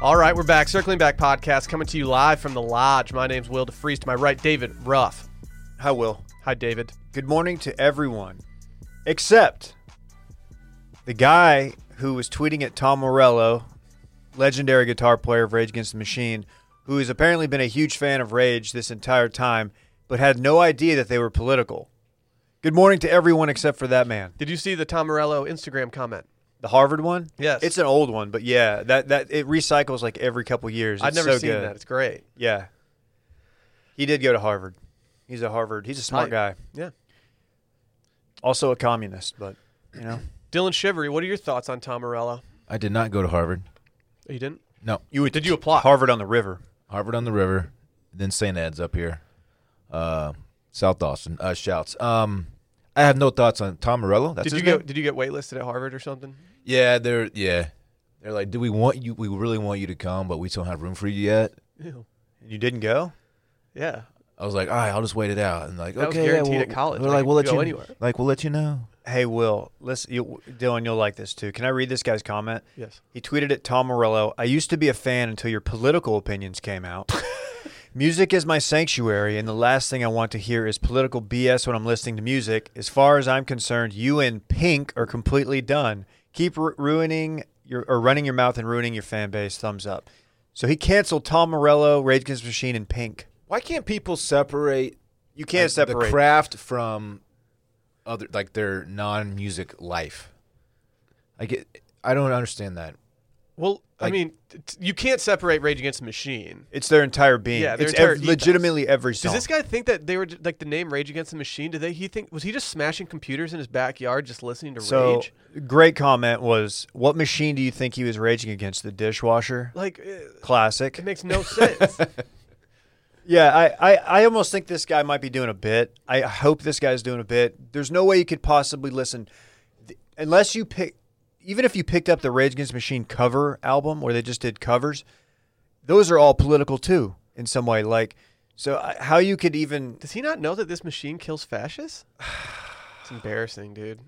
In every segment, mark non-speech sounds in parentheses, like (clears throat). All right, we're back. Circling Back podcast coming to you live from the lodge. My name's Will DeFreeze. To my right, David Ruff. Hi, Will. Hi, David. Good morning to everyone, except the guy who was tweeting at Tom Morello, legendary guitar player of Rage Against the Machine, who has apparently been a huge fan of Rage this entire time, but had no idea that they were political. Good morning to everyone except for that man. Did you see the Tom Morello Instagram comment? The Harvard one? Yes. It's an old one, but yeah, that, that it recycles like every couple years. It's I've never so seen good. that. It's great. Yeah. He did go to Harvard. He's a Harvard. He's a smart Tight. guy. Yeah. Also a communist, but you know. Dylan Shivery, what are your thoughts on Tom Morello? I did not go to Harvard. You didn't? No, You Did you apply? Harvard on the river. Harvard on the river, then St. Ed's up here, uh, South Austin. Uh, shouts. Um, I have no thoughts on Tom Morello. That's Did his you get name? Did you get waitlisted at Harvard or something? Yeah, they're yeah, they're like, do we want you? We really want you to come, but we don't have room for you yet. Ew. You didn't go? Yeah. I was like, all right, I'll just wait it out. And like, That was okay, yeah, guaranteed we'll- at college. We're I like, could we'll let go you anywhere. Like, we'll let you know. Hey Will, listen, you, Dylan, you'll like this too. Can I read this guy's comment? Yes. He tweeted at Tom Morello, I used to be a fan until your political opinions came out. music is my sanctuary, and the last thing I want to hear is political BS when I'm listening to music. As far as I'm concerned, you and Pink are completely done. Keep ru- ruining your or running your mouth and ruining your fan base. Thumbs up. So he canceled Tom Morello, Rage Against the Machine, and Pink. Why can't people separate? You can't like, separate. the craft from other like their non-music life. I get. I don't understand that. Well, I Like- mean, t- t- you can't separate Rage Against the Machine. It's their entire being. Yeah, their it's entire ev- ethos. legitimately every Does song. this guy think that they were j- like the name Rage Against the Machine? Did they? He think was he just smashing computers in his backyard, just listening to so Rage? great comment was, "What machine do you think he was raging against? The dishwasher." Like, uh, Classic. it makes no sense. Yeah, I, I, I almost think this guy might be doing a bit. I hope this guy's doing a bit. There's no way you could possibly listen, th- unless you pick, even if you picked up the Rage Against the Machine cover album where they just did covers, those are all political too in some way. Like, so I, how you could even? Does he not know that this machine kills fascists? (sighs) It's embarrassing, dude.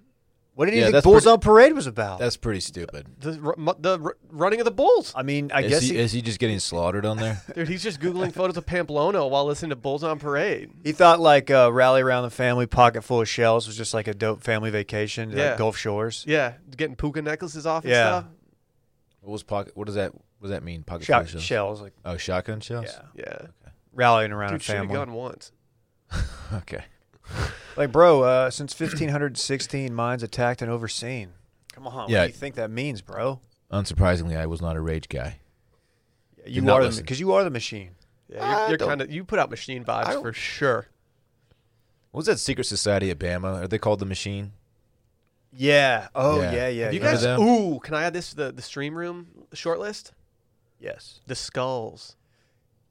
What did Yeah, you think that's Bulls pretty- on Parade was about? That's pretty stupid. The ru- mu- the ru- running of the bulls, I mean, I is guess he, he, is he just getting slaughtered (laughs) on there? dude. He's just googling photos of Pamplona while listening to Bulls on Parade. he thought like uh, rally around the family, pocket full of shells was just like a dope family vacation to Yeah. like Gulf Shores. Yeah, getting puka necklaces off and Yeah. stuff. what was pocket? What does that? What does that mean? Pocket Shot full of shells? shells, like Oh, shotgun shells. yeah, Yeah, rallying around dude, a should have family. gone once. (laughs) Okay. Like, bro, uh, since 1516, mines attacked and overseen. Come on, Yeah. what do you think that means, bro? Unsurprisingly, I was not a rage guy. You not are listen. because you are the machine. Yeah, I you're, you're don't- kind of you put out machine vibes don't- for sure. What was that secret society at Bama? Are they called the Machine? Yeah. Oh yeah, Yeah. yeah. Have you yeah. remember guys? them? Ooh, can I add this to the the stream room short list? Yes. The skulls.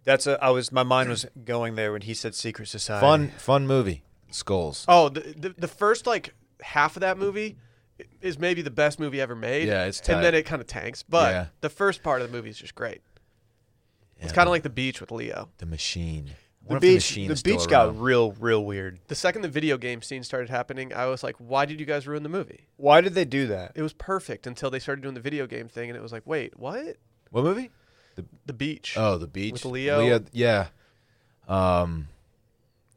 That's a. I was. My mind was going there when he said secret society. Fun, fun movie. Skulls. Oh, the, the the first like half of that movie is maybe the best movie ever made. Yeah, it's and tight. then it kind of tanks, but Yeah. the first part of the movie is just great. Yeah, It's kind of like the beach with Leo. the Machine. I The wonder if beach. machine the is still beach got around. real, real weird. The second the video game scene started happening, I was like, "Why did you guys ruin the movie?" Why did they do that? It was perfect until they started doing the video game thing, and it was like, "Wait, what?" what movie? The beach. Oh, the beach. With Leo? yeah. Um,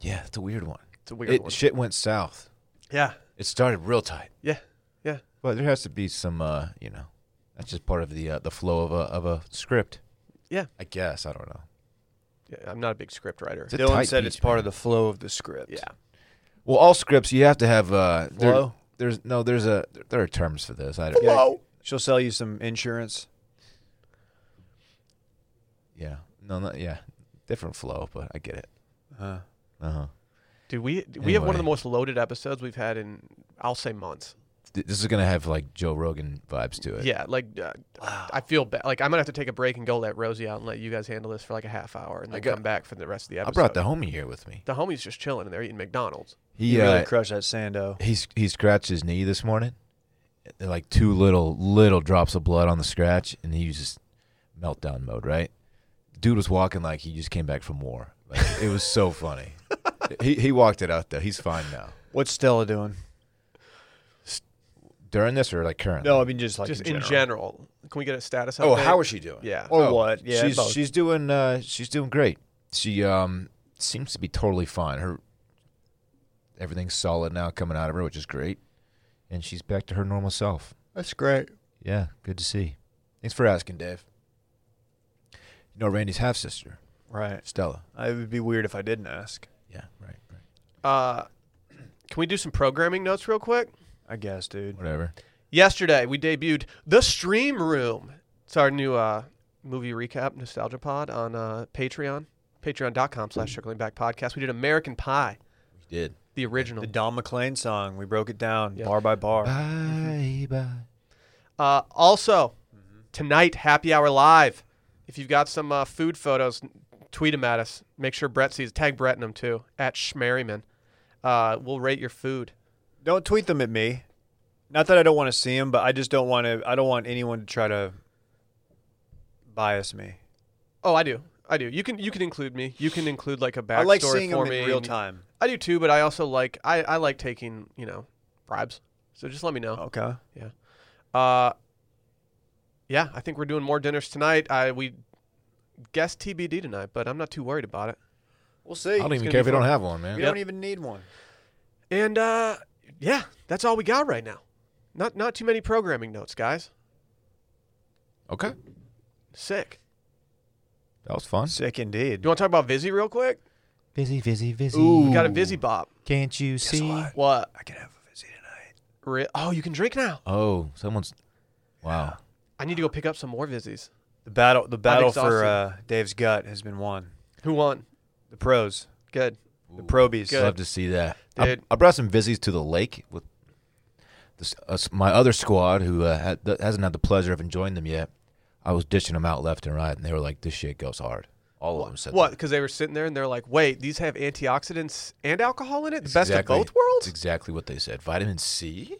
yeah, it's a weird one. it's a weird it one. shit went south. yeah, It started real tight. yeah, yeah. But there has to be some, uh, you know, that's just part of the uh, the flow of a of a script. Yeah. I guess I don't know. Yeah, I'm not a big script writer. It's a Dylan tight said beach, it's part man. of the flow of the script. Yeah, Well, all scripts you have to have uh, there- Flow? there's no there's a there are terms for this. I don't, Yeah. yeah, She'll sell you some insurance. yeah, no, no, yeah, different flow, but I get it. Uh, Uh huh. dude, we we have one of the Anyway. most loaded episodes we've had in I'll say months. This is gonna have like Joe Rogan vibes to it. Yeah, like uh, I feel bad. Like I'm gonna have to take a break and go let Rosie out and let you guys handle this for like a half hour, and I then got- come back for the rest of the I episode. brought the homie here with me. The homie's just chilling and they're eating McDonald's. He you really uh, crushed that sando. he's he scratched his knee this morning. They're, Like two little little drops of blood on the scratch, and he was just meltdown mode. Right, dude was walking like he just came back from war. Like, it was (laughs) so funny. he he walked it out though. He's fine now. What's Stella doing? during this or like currently? No, I mean just like just in general. Can we get a status? Oh, update? how is she doing? (laughs) Yeah. or Oh, what? Yeah, she's both. she's doing uh, she's doing great. She um seems to be totally fine. Her everything's solid now coming out of her, which is great, and she's back to her normal self. that's great. Yeah, good to see. Thanks for asking, Dave. You know Randy's half sister, Right. Stella. I it would be weird if I didn't ask. Yeah, right, right. Uh, can we do some programming notes real quick? I guess, dude. Whatever. Yesterday we debuted The Stream Room. It's our new uh, movie recap nostalgia pod on uh, Patreon. Patreon.com slash circling back podcast. We did American Pie, We did. the original. The Don McLean song. We broke it down Yeah. bar by bar. Bye bye. Uh, also, tonight, Happy Hour Live. If you've got some uh, food photos, n- tweet them at us. Make sure Brett sees. Tag Brett in them too, at Schmerryman. Uh, we'll rate your food. Don't tweet them at me. Not that I don't want to see them, but I just don't want to. I don't want anyone to try to bias me. Oh, I do. I do. You can you can include me. You can include like a backstory I like seeing for them me. in real time. I do too, but I also like I, I like taking you know bribes. So just let me know. Okay. Oh. Uh, yeah, I think we're doing more dinners tonight. I we guessed TBD tonight, but I'm not too worried about it. We'll see. I don't even gonna be care if we don't fun. have one, man. We Yep. don't even need one. And uh, yeah, that's all we got right now. Not not too many programming notes, guys. Okay. Sick. That was fun. Sick indeed. Do you want to talk about Vizzy real quick? Busy, busy, busy. We got a Vizzy Bob. Can't you see? What? I can have a visit tonight. Re- oh, you can drink now. Oh, someone's. Wow. I need to go pick up some more Vizzies. The battle, the battle exhausted. for uh, Dave's gut has been won. Who won? The pros, Good. the probies. Good. Love to see that. I, Dude. I brought some Vizzies to the lake with this, us my other squad who uh, had, that hasn't had the pleasure of enjoying them yet. I was dishing them out left and right, and they were like, "This shit goes hard." All of them said, What? that. Because they were sitting there and they're like, "Wait, these have antioxidants and alcohol in it. The best Exactly. of both worlds." That's exactly what they said. Vitamin C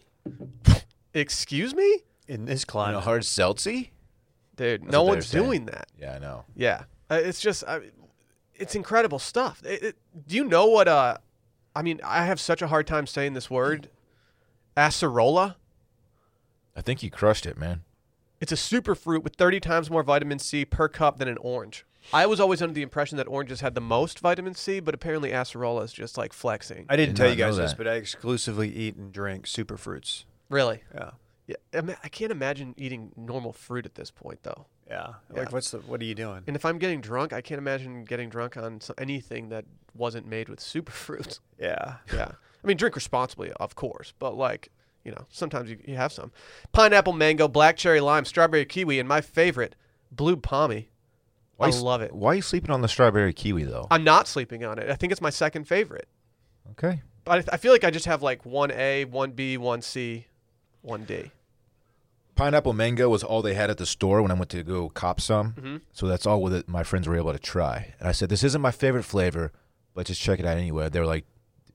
Excuse me, in this and a climate. hard seltzy. dude. That's no what they were one's saying. doing that. Yeah, I know. Yeah, Uh, it's just, I, it's incredible stuff. It- it- do you know what? Uh, I mean, I have such a hard time saying this word, acerola. I think you crushed it, man. It's a superfruit with 30 times more vitamin C per cup than an orange. I was always under the impression that oranges had the most vitamin C, but apparently acerola is just like flexing. I didn't Did tell not you guys know this, that. but I exclusively eat and drink superfruits. Really? Yeah. Yeah. I, mean, I can't imagine eating normal fruit at this point, though. Yeah. Yeah. Like, what's the? What are you doing? And if I'm getting drunk, I can't imagine getting drunk on so- anything that wasn't made with (laughs) superfruit. Yeah. Yeah. I mean, drink responsibly, of course, but like, you know, sometimes you, you have some. Pineapple, mango, black cherry, lime, strawberry, kiwi, and my favorite, blue pommy. I you s- love it. Why are you sleeping on the strawberry kiwi though? I'm not sleeping on it. I think it's my second favorite. okay. But I, th- I feel like I just have like 1A, 1B, 1C, 1D. pineapple mango was all they had at the store when I went to go cop some. Mm-hmm. So that's all with it. My friends were able to try, and I said, "This isn't my favorite flavor, but just check it out anyway." They were like,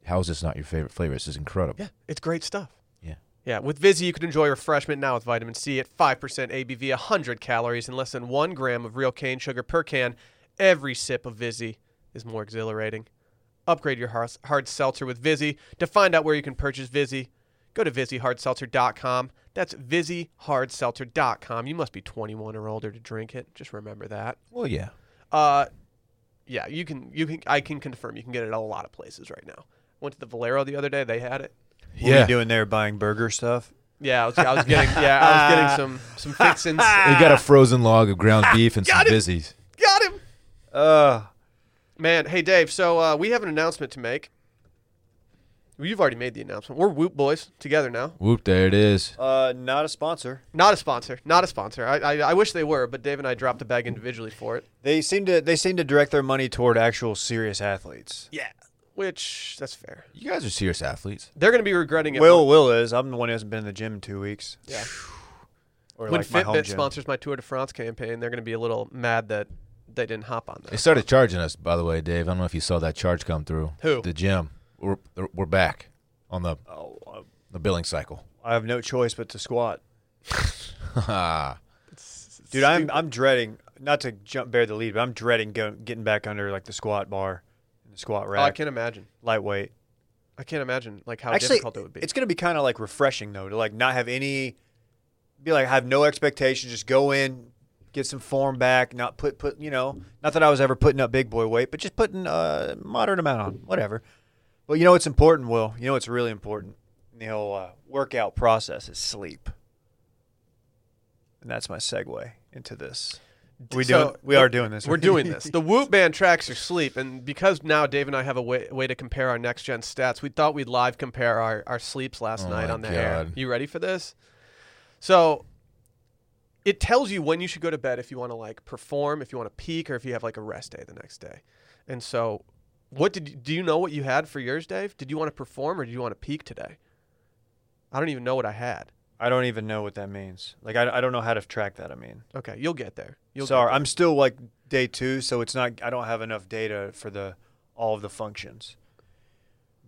"How is this not your favorite flavor? This is incredible." Yeah, it's great stuff. Yeah. Yeah, with Vizzy, you can enjoy refreshment now with vitamin C at 5% ABV, 100 calories, and less than one gram of real cane sugar per can. Every sip of Vizzy is more exhilarating. Upgrade your hard, hard seltzer with Vizzy. To find out where you can purchase Vizzy, go to VizzyHardSeltzer.com. That's VizzyHardSeltzer.com. You must be 21 or older to drink it. Just remember that. Well, yeah. Uh, yeah, you can. You can. I can confirm you can get it at a lot of places right now. Went to the Valero the other day. They had it. What are you doing there? Buying burger stuff? Yeah, I was, I was getting. Yeah, I was getting some some fixins. We got a frozen log of ground beef and some Ah. Got it. fizzies. got him, Uh, man. Hey, Dave. So uh, we have an announcement to make. Well, you've already made the announcement. We're Whoop Boys together now. Whoop! There it is. uh, not a sponsor. Not a sponsor. Not a sponsor. I, I I wish they were, but Dave and I dropped the bag individually for it. They seem to they seem to direct their money toward actual serious athletes. Yeah. Which that's fair. You guys are serious athletes. They're gonna be regretting it. Will Will is. I'm the one who hasn't been in the gym in two weeks. Yeah. Or when, when like my home Fitbit gym. sponsors my Tour de France campaign, they're gonna be a little mad that they didn't hop on They that. started charging us, by the way, Dave. I don't know if you saw that charge come through. Who? The gym. We're we're back on the Oh, uh, the billing cycle. (laughs) I have no choice but to squat. Ha. Dude, I'm I'm dreading not to jump bear the lead, but I'm dreading go, getting back under like the squat bar, and the squat Oh, I rack, can't imagine. lightweight. I I can't imagine like how Actually, difficult it would be. it's going to be kind of like refreshing though to like not have any, be like have no expectations. Just go in, get some form back. Not put put you know, not that I was ever putting up big boy weight, but just putting a moderate amount on, whatever. But you know it's important, Will. You know it's really important in the whole uh, workout process is sleep, and that's my segue into this. We So, doing, we look, are doing this. We're doing this. The Whoop Band tracks your sleep, and because now Dave and I have a way, way to compare our next gen stats, we thought we'd live compare our, our sleeps last Oh night my on the air. God. You ready for this? So it tells you when you should go to bed if you want to like perform, if you want to peak, or if you have like a rest day the next day. And so, what did you, do you know what you had for yours, Dave? Did you want to perform or did you want to peak today? I don't even know what I had. (laughs) I don't even know what that means. Like I, I don't know how to track that. I mean. Okay, you'll get there. You'll Sorry, get I'm still like day two, so it's not. I don't have enough data for the all of the functions.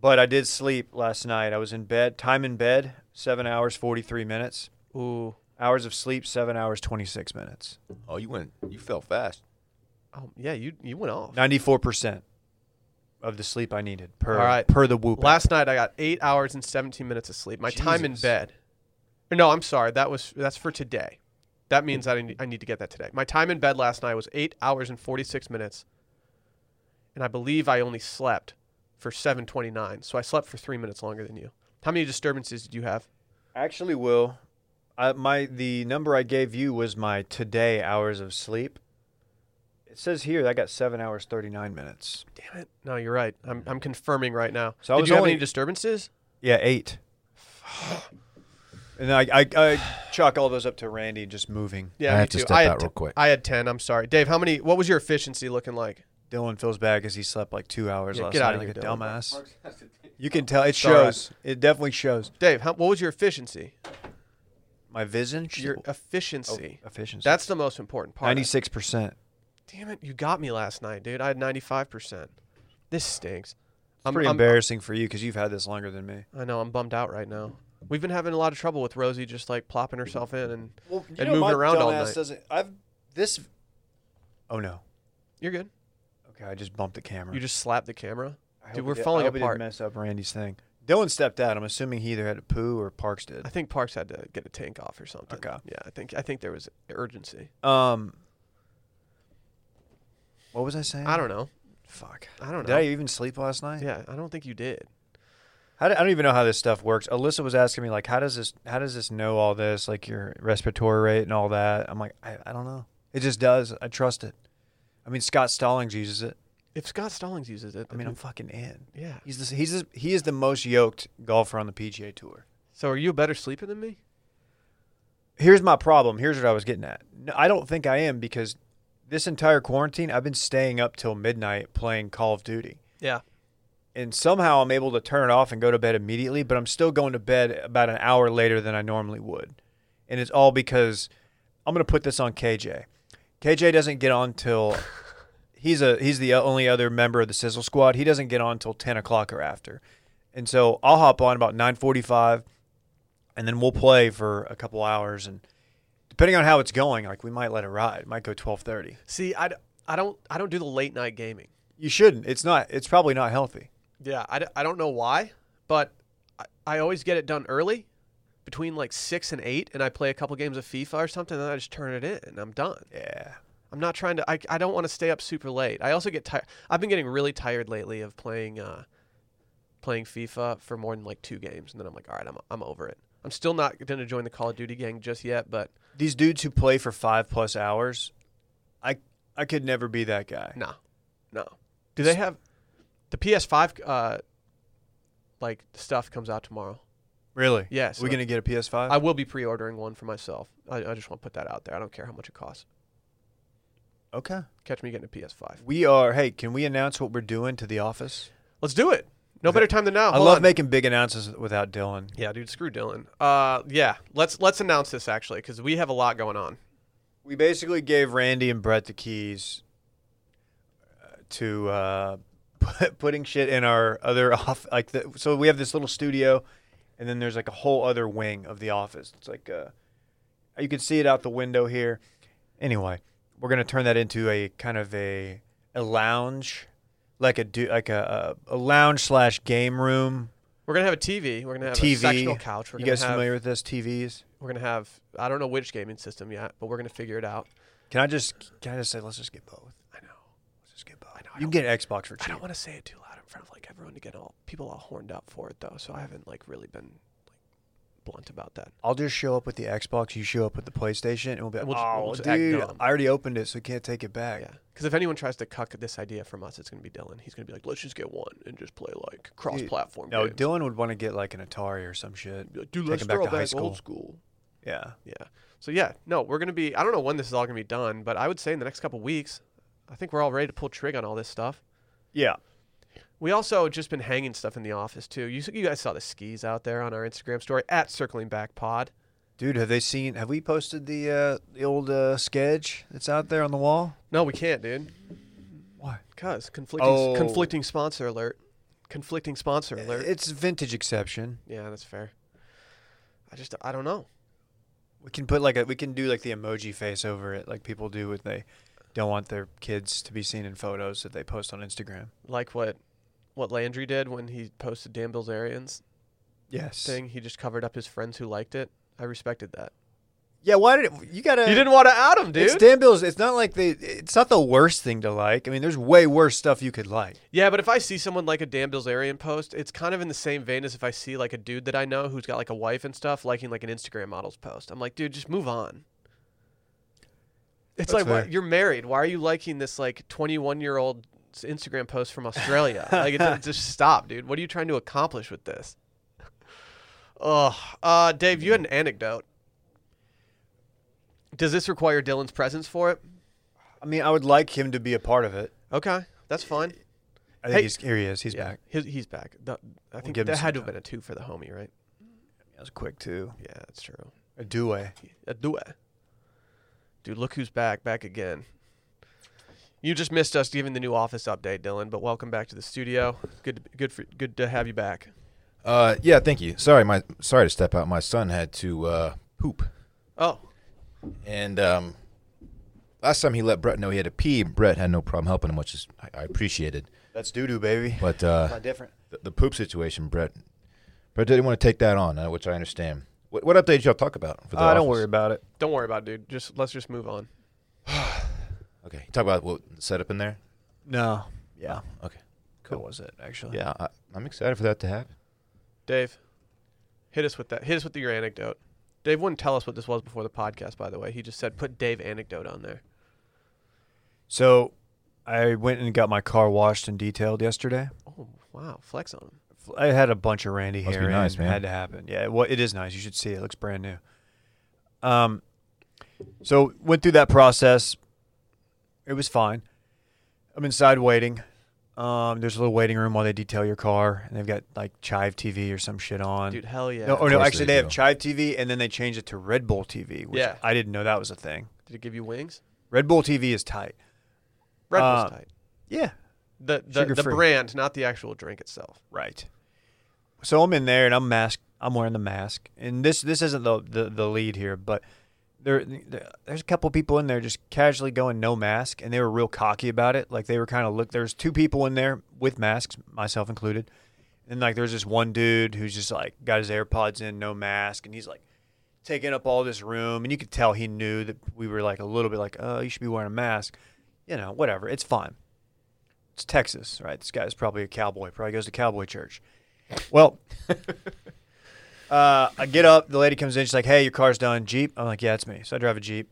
But I did sleep last night. I was in bed. Time in bed: seven hours forty three minutes. there. Ooh, Hours of sleep: seven hours twenty six minutes. Oh, you went. You fell fast. oh, yeah, you you went off. Ninety four percent of the sleep I needed per All right. per the whoop. app. Last night I got eight hours and seventeen minutes of sleep. My time in Jesus. bed. No, I'm sorry. That was that's for today. That means I need, I need to get that today. My time in bed last night was eight hours and forty six minutes, and I believe I only slept for seven twenty nine. So I slept for three minutes longer than you. How many disturbances did you have? Actually, Will, I, my the number I gave you was my today hours of sleep. It says here I got seven hours thirty nine minutes. Damn it! No, you're right. I'm I'm confirming right now. So I did was you have only- any disturbances? Yeah, eight. and I, I, I chalk all those up to Randy just moving. Yeah, I me have to too. step I had out t- real quick. I had ten. I'm sorry, Dave. How many? What was your efficiency looking like? Dylan feels bad because he slept like two hours Yeah, last get night outta like here, a Dylan. dumbass. You can tell it It's all right. shows. It definitely shows. Dave, how, what was your efficiency? My vision, Your efficiency. efficiency. oh, That's the most important part. ninety six percent. Damn it, you got me last night, dude. I had 95%. This stinks. I'm, Pretty I'm- embarrassing for you because you've had this longer than me. I know, I'm bummed out right now. We've been having a lot of trouble with Rosie just like plopping herself in, and Well, And know, moving my around all dumbass night. Doesn't, I've this. Oh no. you're good. Okay, I just bumped the camera. You just slapped the camera. I dude, hope it we're did- falling I hope it apart. Didn't mess up Randy's thing. Dylan stepped out. I'm assuming he either had to poo or Parks did. I think Parks had to get a tank off or something. Okay. Yeah, I think I think there was urgency. Um, what was I saying? I don't know. Fuck. I don't Did know. I even sleep last night? yeah, I don't think you did. How do- I don't even know how this stuff works. Alyssa was asking me like, how does this? How does this know all this? Like your respiratory rate and all that. I'm like, I, I don't know. It just does. I trust it. I mean, Scott Stallings uses it. If Scott Stallings uses it, I mean, then- I'm fucking in. yeah. He's this. He's this, he is the most yoked golfer on the PGA Tour. So are you a better sleeper than me? Here's my problem. Here's what I was getting at. No, I don't think I am because this entire quarantine, I've been staying up till midnight playing Call of Duty. Yeah. and somehow I'm able to turn it off and go to bed immediately, but I'm still going to bed about an hour later than I normally would. And it's all because I'm going to put this on KJ. KJ doesn't get on till he's a he's the only other member of the Sizzle Squad. He doesn't get on till 10 o'clock or after. And so I'll hop on about 9:45 and then we'll play for a couple hours and depending on how it's going, like we might let it ride. It might go 12:30. See, I, d- I don't I don't do the late night gaming. You shouldn't. It's not it's probably not healthy. Yeah, I, d- I don't know why, but I, I always get it done early between like 6 and 8 and I play a couple games of FIFA or something and then I just turn it in and I'm done. Yeah. I'm not trying to I, I don't want to stay up super late. I also get tired. I've been getting really tired lately of playing uh playing FIFA for more than like two games and then I'm like, "All right, I'm I'm over it." I'm still not going to join the Call of Duty gang just yet, but these dudes who play for five plus hours, I I could never be that guy. no. No. Do they have the PS5 uh like stuff comes out tomorrow? Really? Yes. We're gonna get a PS Five. I will be pre-ordering one for myself. I, I just want to put that out there. I don't care how much it costs. okay. Catch me getting a PS5. We are. Hey, can we announce what we're doing to the office? Let's do it. No Okay. better time than now. I Hold love on. making big announcements without Dylan. Yeah, dude. Screw Dylan. Uh, yeah. Let's let's announce this actually because we have a lot going on. We basically gave Randy and Brett the keys uh, to uh, (laughs) put, putting shit in our other (laughs) off. Like, the, so we have this little studio, and then there's like a whole other wing of the office. It's like uh, you can see it out the window here. Anyway, we're gonna turn that into a kind of a a lounge, like a do like a a, a lounge slash game room We're gonna have a TV. We're gonna have a sectional TV. couch. We're you gonna guys have, familiar with this? TVs. We're gonna have. I don't know which gaming system yet, but we're gonna figure it out. Can I just can I just say let's just get both? I know. Let's just get both. know, I you can get an Xbox for I cheap. don't want to say it too loud in front of like everyone to get all people all horned up for it though. So I haven't like really been like blunt about that. I'll just show up with the Xbox. You show up with the PlayStation, and we'll be like, We'll just- "Oh, we'll just act dude, dumb." I already opened it, so we can't take it back." Yeah, because if anyone tries to cuck this idea from us, it's gonna be Dylan. He's gonna be like, let's just get one and just play like cross-platform. No, games. Dylan would want to get like an Atari or some shit. Be like, dude, take let's him back throw to high back old school. Yeah, Yeah. So yeah, no, we're gonna be. I don't know when this is all gonna be done, but I would say in the next couple weeks, I think we're all ready to pull trig on all this stuff. yeah. We also just been hanging stuff in the office too. You you guys saw the skis out there on our Instagram story at Circling Back Pod. Dude, have they seen? Have we posted the uh, the old uh, sketch that's out there on the wall? No, we can't, dude. Why? Cause conflicting Oh. Eh. conflicting sponsor alert. Conflicting sponsor alert. It's vintage exception. yeah, that's fair. I just I don't know. We can put like a we can do like the emoji face over it, like people do when they don't want their kids to be seen in photos that they post on Instagram. Like what what Landry did when he posted Dan Bilzerian's Yes. thing. He just covered up his friends who liked it. I respected that. Yeah. Why did it, you gotta? You didn't want to out him, It's dude. Dan Bills. It's not like they. It's not the worst thing to like. I mean, there's way worse stuff you could like. Yeah, but if I see someone like a Dan Bilzerian post, it's kind of in the same vein as if I see like a dude that I know who's got like a wife and stuff liking like an Instagram model's post. I'm like, dude, just move on. It's That's like why, fair. you're married. Why are you liking this like 21 year old Instagram post from Australia? (laughs) like, it, it just stop, dude. What are you trying to accomplish with this? (laughs) Oh, uh, Dave, you had an anecdote. Does this require Dylan's presence for it? I mean, I would like him to be a part of it. Okay, that's fine. I think Hey- he's here. He is. He's yeah, back. His, he's back. The- I think give him that some had to have time. been a two for the homie, right? That was quick too. Yeah, that's true. A duet. A do it. Dude, look who's back, back again. You just missed us giving the new office update, Dylan. But welcome back to the studio. Good, to, good, for, good to have you back. Uh, yeah, thank you. Sorry, my sorry to step out. My son had to uh, poop, Oh, and um, last time he let Brett know he had to pee. Brett had no problem helping him, which is I, I appreciated. That's doo doo, baby. But uh, Not different. the, the poop situation, Brett, Brett didn't want to take that on, uh, which I understand. What, what updates y'all talk about? For the I Uh, don't office? worry about it. don't worry about it, dude. Just let's just move on. Okay, talk about what setup in there. No. Yeah. Okay, Cool. That was it actually? yeah, I, I'm excited for that to happen. Dave, hit us with that. Hit us with your anecdote. Dave wouldn't tell us what this was before the podcast, by the way. He just said put Dave anecdote on there. So, I went and got my car washed and detailed yesterday. Oh wow, flex on him. I had a bunch of Randy Must be hair. in. nice, man. Had to happen. Yeah, well, it is nice. You should see it. It looks brand new. Um, so went through that process. It was fine. I'm inside waiting. Um, there's a little waiting room while they detail your car, and they've got like Chive TV or some shit on. Dude, hell yeah. no, oh no, course actually they they, have do. Chive TV, and then they changed it to Red Bull TV. Which Yeah. I didn't know that was a thing. Did it give you wings? Red Bull TV is tight. Red Uh, Bull's tight. Yeah, The the, the sugar-free. brand, not the actual drink itself. Right. So I'm in there and I'm masked. I'm wearing the mask. And this this isn't the the, the lead here, but there, there- there's a couple people in there just casually going no mask, and they were real cocky about it. Like they were kind of look. There's two people in there with masks, myself included. And like there's this one dude who's just like got his AirPods in, no mask, and he's like taking up all this room, and you could tell he knew that we were like a little bit like, oh, you should be wearing a mask. You know, whatever. It's fine it's Texas, right? This guy's probably a cowboy, probably goes to cowboy church. Well, (laughs) uh, I get up. The lady comes in. She's like, hey, your car's done. Jeep? I'm like, yeah, it's me. So I drive a Jeep.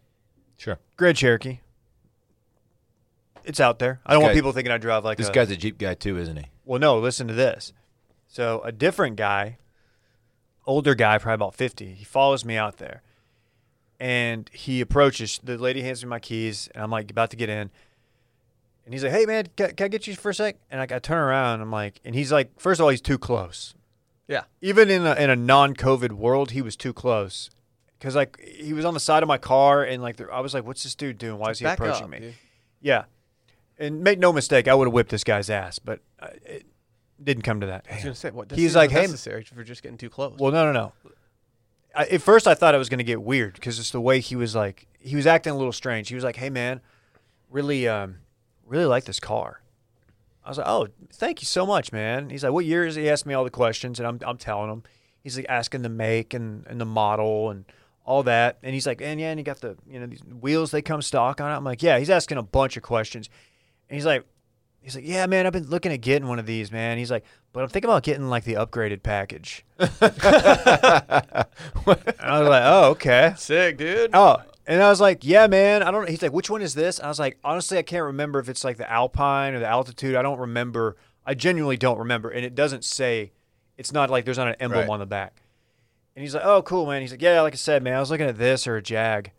Sure. Grand Cherokee. It's out there. I don't want guy- people thinking I drive like This a, guy's a Jeep guy too, isn't he? Well, no, listen to this. So a different guy, older guy, probably about 50, he follows me out there. And he approaches. The lady hands me my keys, and I'm like about to get in. And he's like, "Hey man, can, can I get you for a sec?" And like I turn around, and I'm like, and he's like, first of all, he's too close. Yeah. Even in a, in a non-COVID world, he was too close, because like he was on the side of my car, and like there- I was like, "What's this dude doing? Why is he Back approaching up, me?" dude. Yeah. And make no mistake, I would have whipped this guy's ass, but uh, it didn't come to that. I was gonna say what He's he's like, like "Hey, m- necessary for just getting too close. Well, no, no, no. I, at first, I thought it was going to get weird because it's the way he was like, he was acting a little strange. He was like, hey, man, really, um, really like this car. I was like, "Oh, thank you so much, man." He's like, "What year is?" He asked me all the questions, and I'm I'm telling him. He's like asking the make and, and the model and all that, and he's like, "And yeah, and you got the you know these wheels they come stock on it." I'm like, "Yeah." He's asking a bunch of questions, and he's like, "He's like, yeah, man, I've been looking at getting one of these, man." He's like, "But I'm thinking about getting like the upgraded package." (laughs) and I was like, "Oh, okay." Sick, dude. Oh, and I was like, "Yeah, man." I don't. He's like, "Which one is this?" I was like, "Honestly, I can't remember if it's like the Alpine or the altitude. I don't remember. I genuinely don't remember." And it doesn't say. It's not like there's not an emblem Right. on the back. And he's like, "Oh, cool, man." He's like, "Yeah, like I said, man, I was looking at this or a Jag."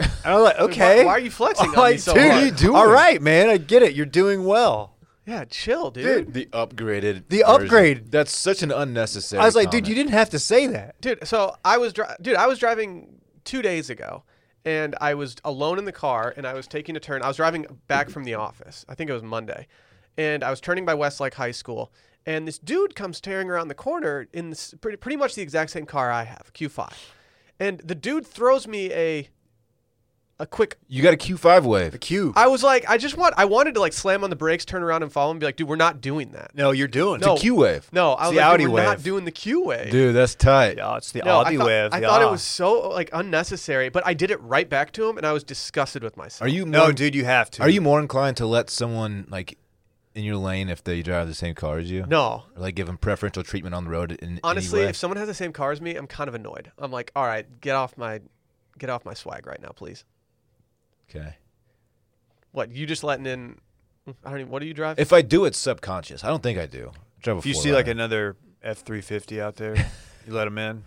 And I was like, Dude, why- "Okay." Why, are you flexing (laughs) on I'm me like, so dude, hard? you doing? All right, man. I get it. You're doing well. Yeah, chill, dude. Dude. The upgraded. The version. upgrade. That's such an unnecessary. I was like, dude, you comment. didn't have to say that. Dude, so I was dri- dude, I was driving 2 days ago and I was alone in the car and I was taking a turn. I was driving back from the office. I think it was Monday. And I was turning by Westlake High School and this dude comes tearing around the corner in this pretty, pretty much the exact same car I have, Q5. And the dude throws me a a quick You got a Q5 wave. The cube. I was like I just want I wanted to like slam on the brakes, turn around and follow him and be like, "Dude, we're not doing that." no, you're doing. No. it. Q wave. No, I It's was the like, Audi "Dude, "We're not wave. doing the Q wave." Dude, that's tight. Yeah, it's the No, Audi I thought, wave. I the thought it Ah. was so like unnecessary, but I did it right back to him, and I was disgusted with myself. Are you more, No, dude, you have to. Are you more inclined to let someone like in your lane if they drive the same car as you? No, Or like give them preferential treatment on the road in honestly, any way? if someone has the same car as me, I'm kind of annoyed. I'm like, all right, get off my, get off my swag right now, please. okay. If, What you just letting in? I don't even. What do you drive? I do, it's subconscious. I don't think I do. I drive a If you see 4Runner. like another F three fifty out there, you let them in.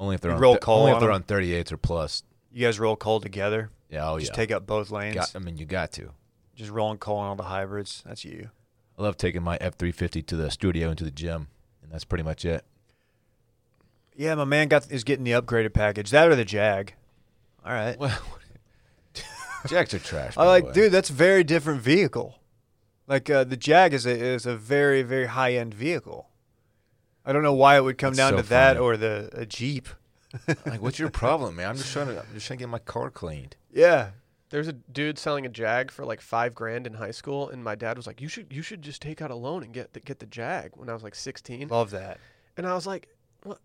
only if they're you on roll thi- call only on if they're 'em. on 38s or plus. You guys roll coal together. Yeah, oh just yeah. take up both lanes. Got- I mean, you got to. Just rolling coal on all the hybrids. That's you. I love taking my F350 to the studio and to the gym, and that's pretty much it. Yeah, my man got is getting the upgraded package. That or the Jag. All right. Well, Jacks are trash. by I the like, way. dude, that's a very different vehicle. Like uh, the Jag is a is a very very high end vehicle. I don't know why it would come That's down so to that funny. or the a Jeep. Like, what's your problem, man? I'm just trying to. I'm just trying to get my car cleaned. Yeah. There's a dude selling a Jag for like five grand in high school, and my dad was like, "You should, you should just take out a loan and get the, get the Jag." When I was like 16, Love that. and I was like, "What?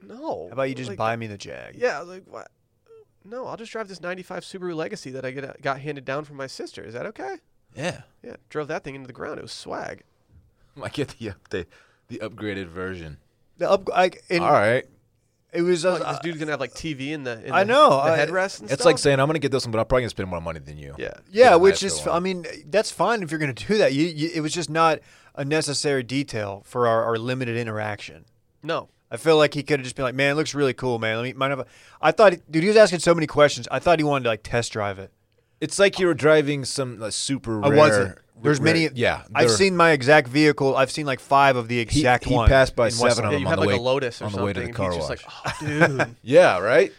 No." How about you just Like, buy me the Jag? Yeah, I was like, what? No, I'll just drive this 95 Subaru Legacy that I get, uh, got handed down from my sister. Is that okay? Yeah, Yeah, drove that thing into the ground. It was swag. (laughs) I get the update, the upgraded version. The up like and All right, it was Like, uh, this dude's gonna have like TV in the. In I the- know, the I- headrest. And it's stuff. like saying I'm gonna get this one, but I'm probably gonna spend more money than you. yeah, Yeah, getting which hyped is, for I one. mean, that's fine if you're going to do that. You, you, it was just not a necessary detail for our, our limited interaction. no, I feel like he could have just been like, "Man, it looks really cool, man." Let me, mind if I, I thought, dude, he was asking so many questions. I thought he wanted to like test drive it. It's like you were driving some like, super. I rare- wasn't. There's rare- many. Yeah, I've they're- seen my exact vehicle. I've seen like five of the He, exact he one. passed by in seven Westlake. of yeah, them you on have the like way a Lotus or on the something. way to the and car he's wash. just like, oh, dude, (laughs) yeah, right.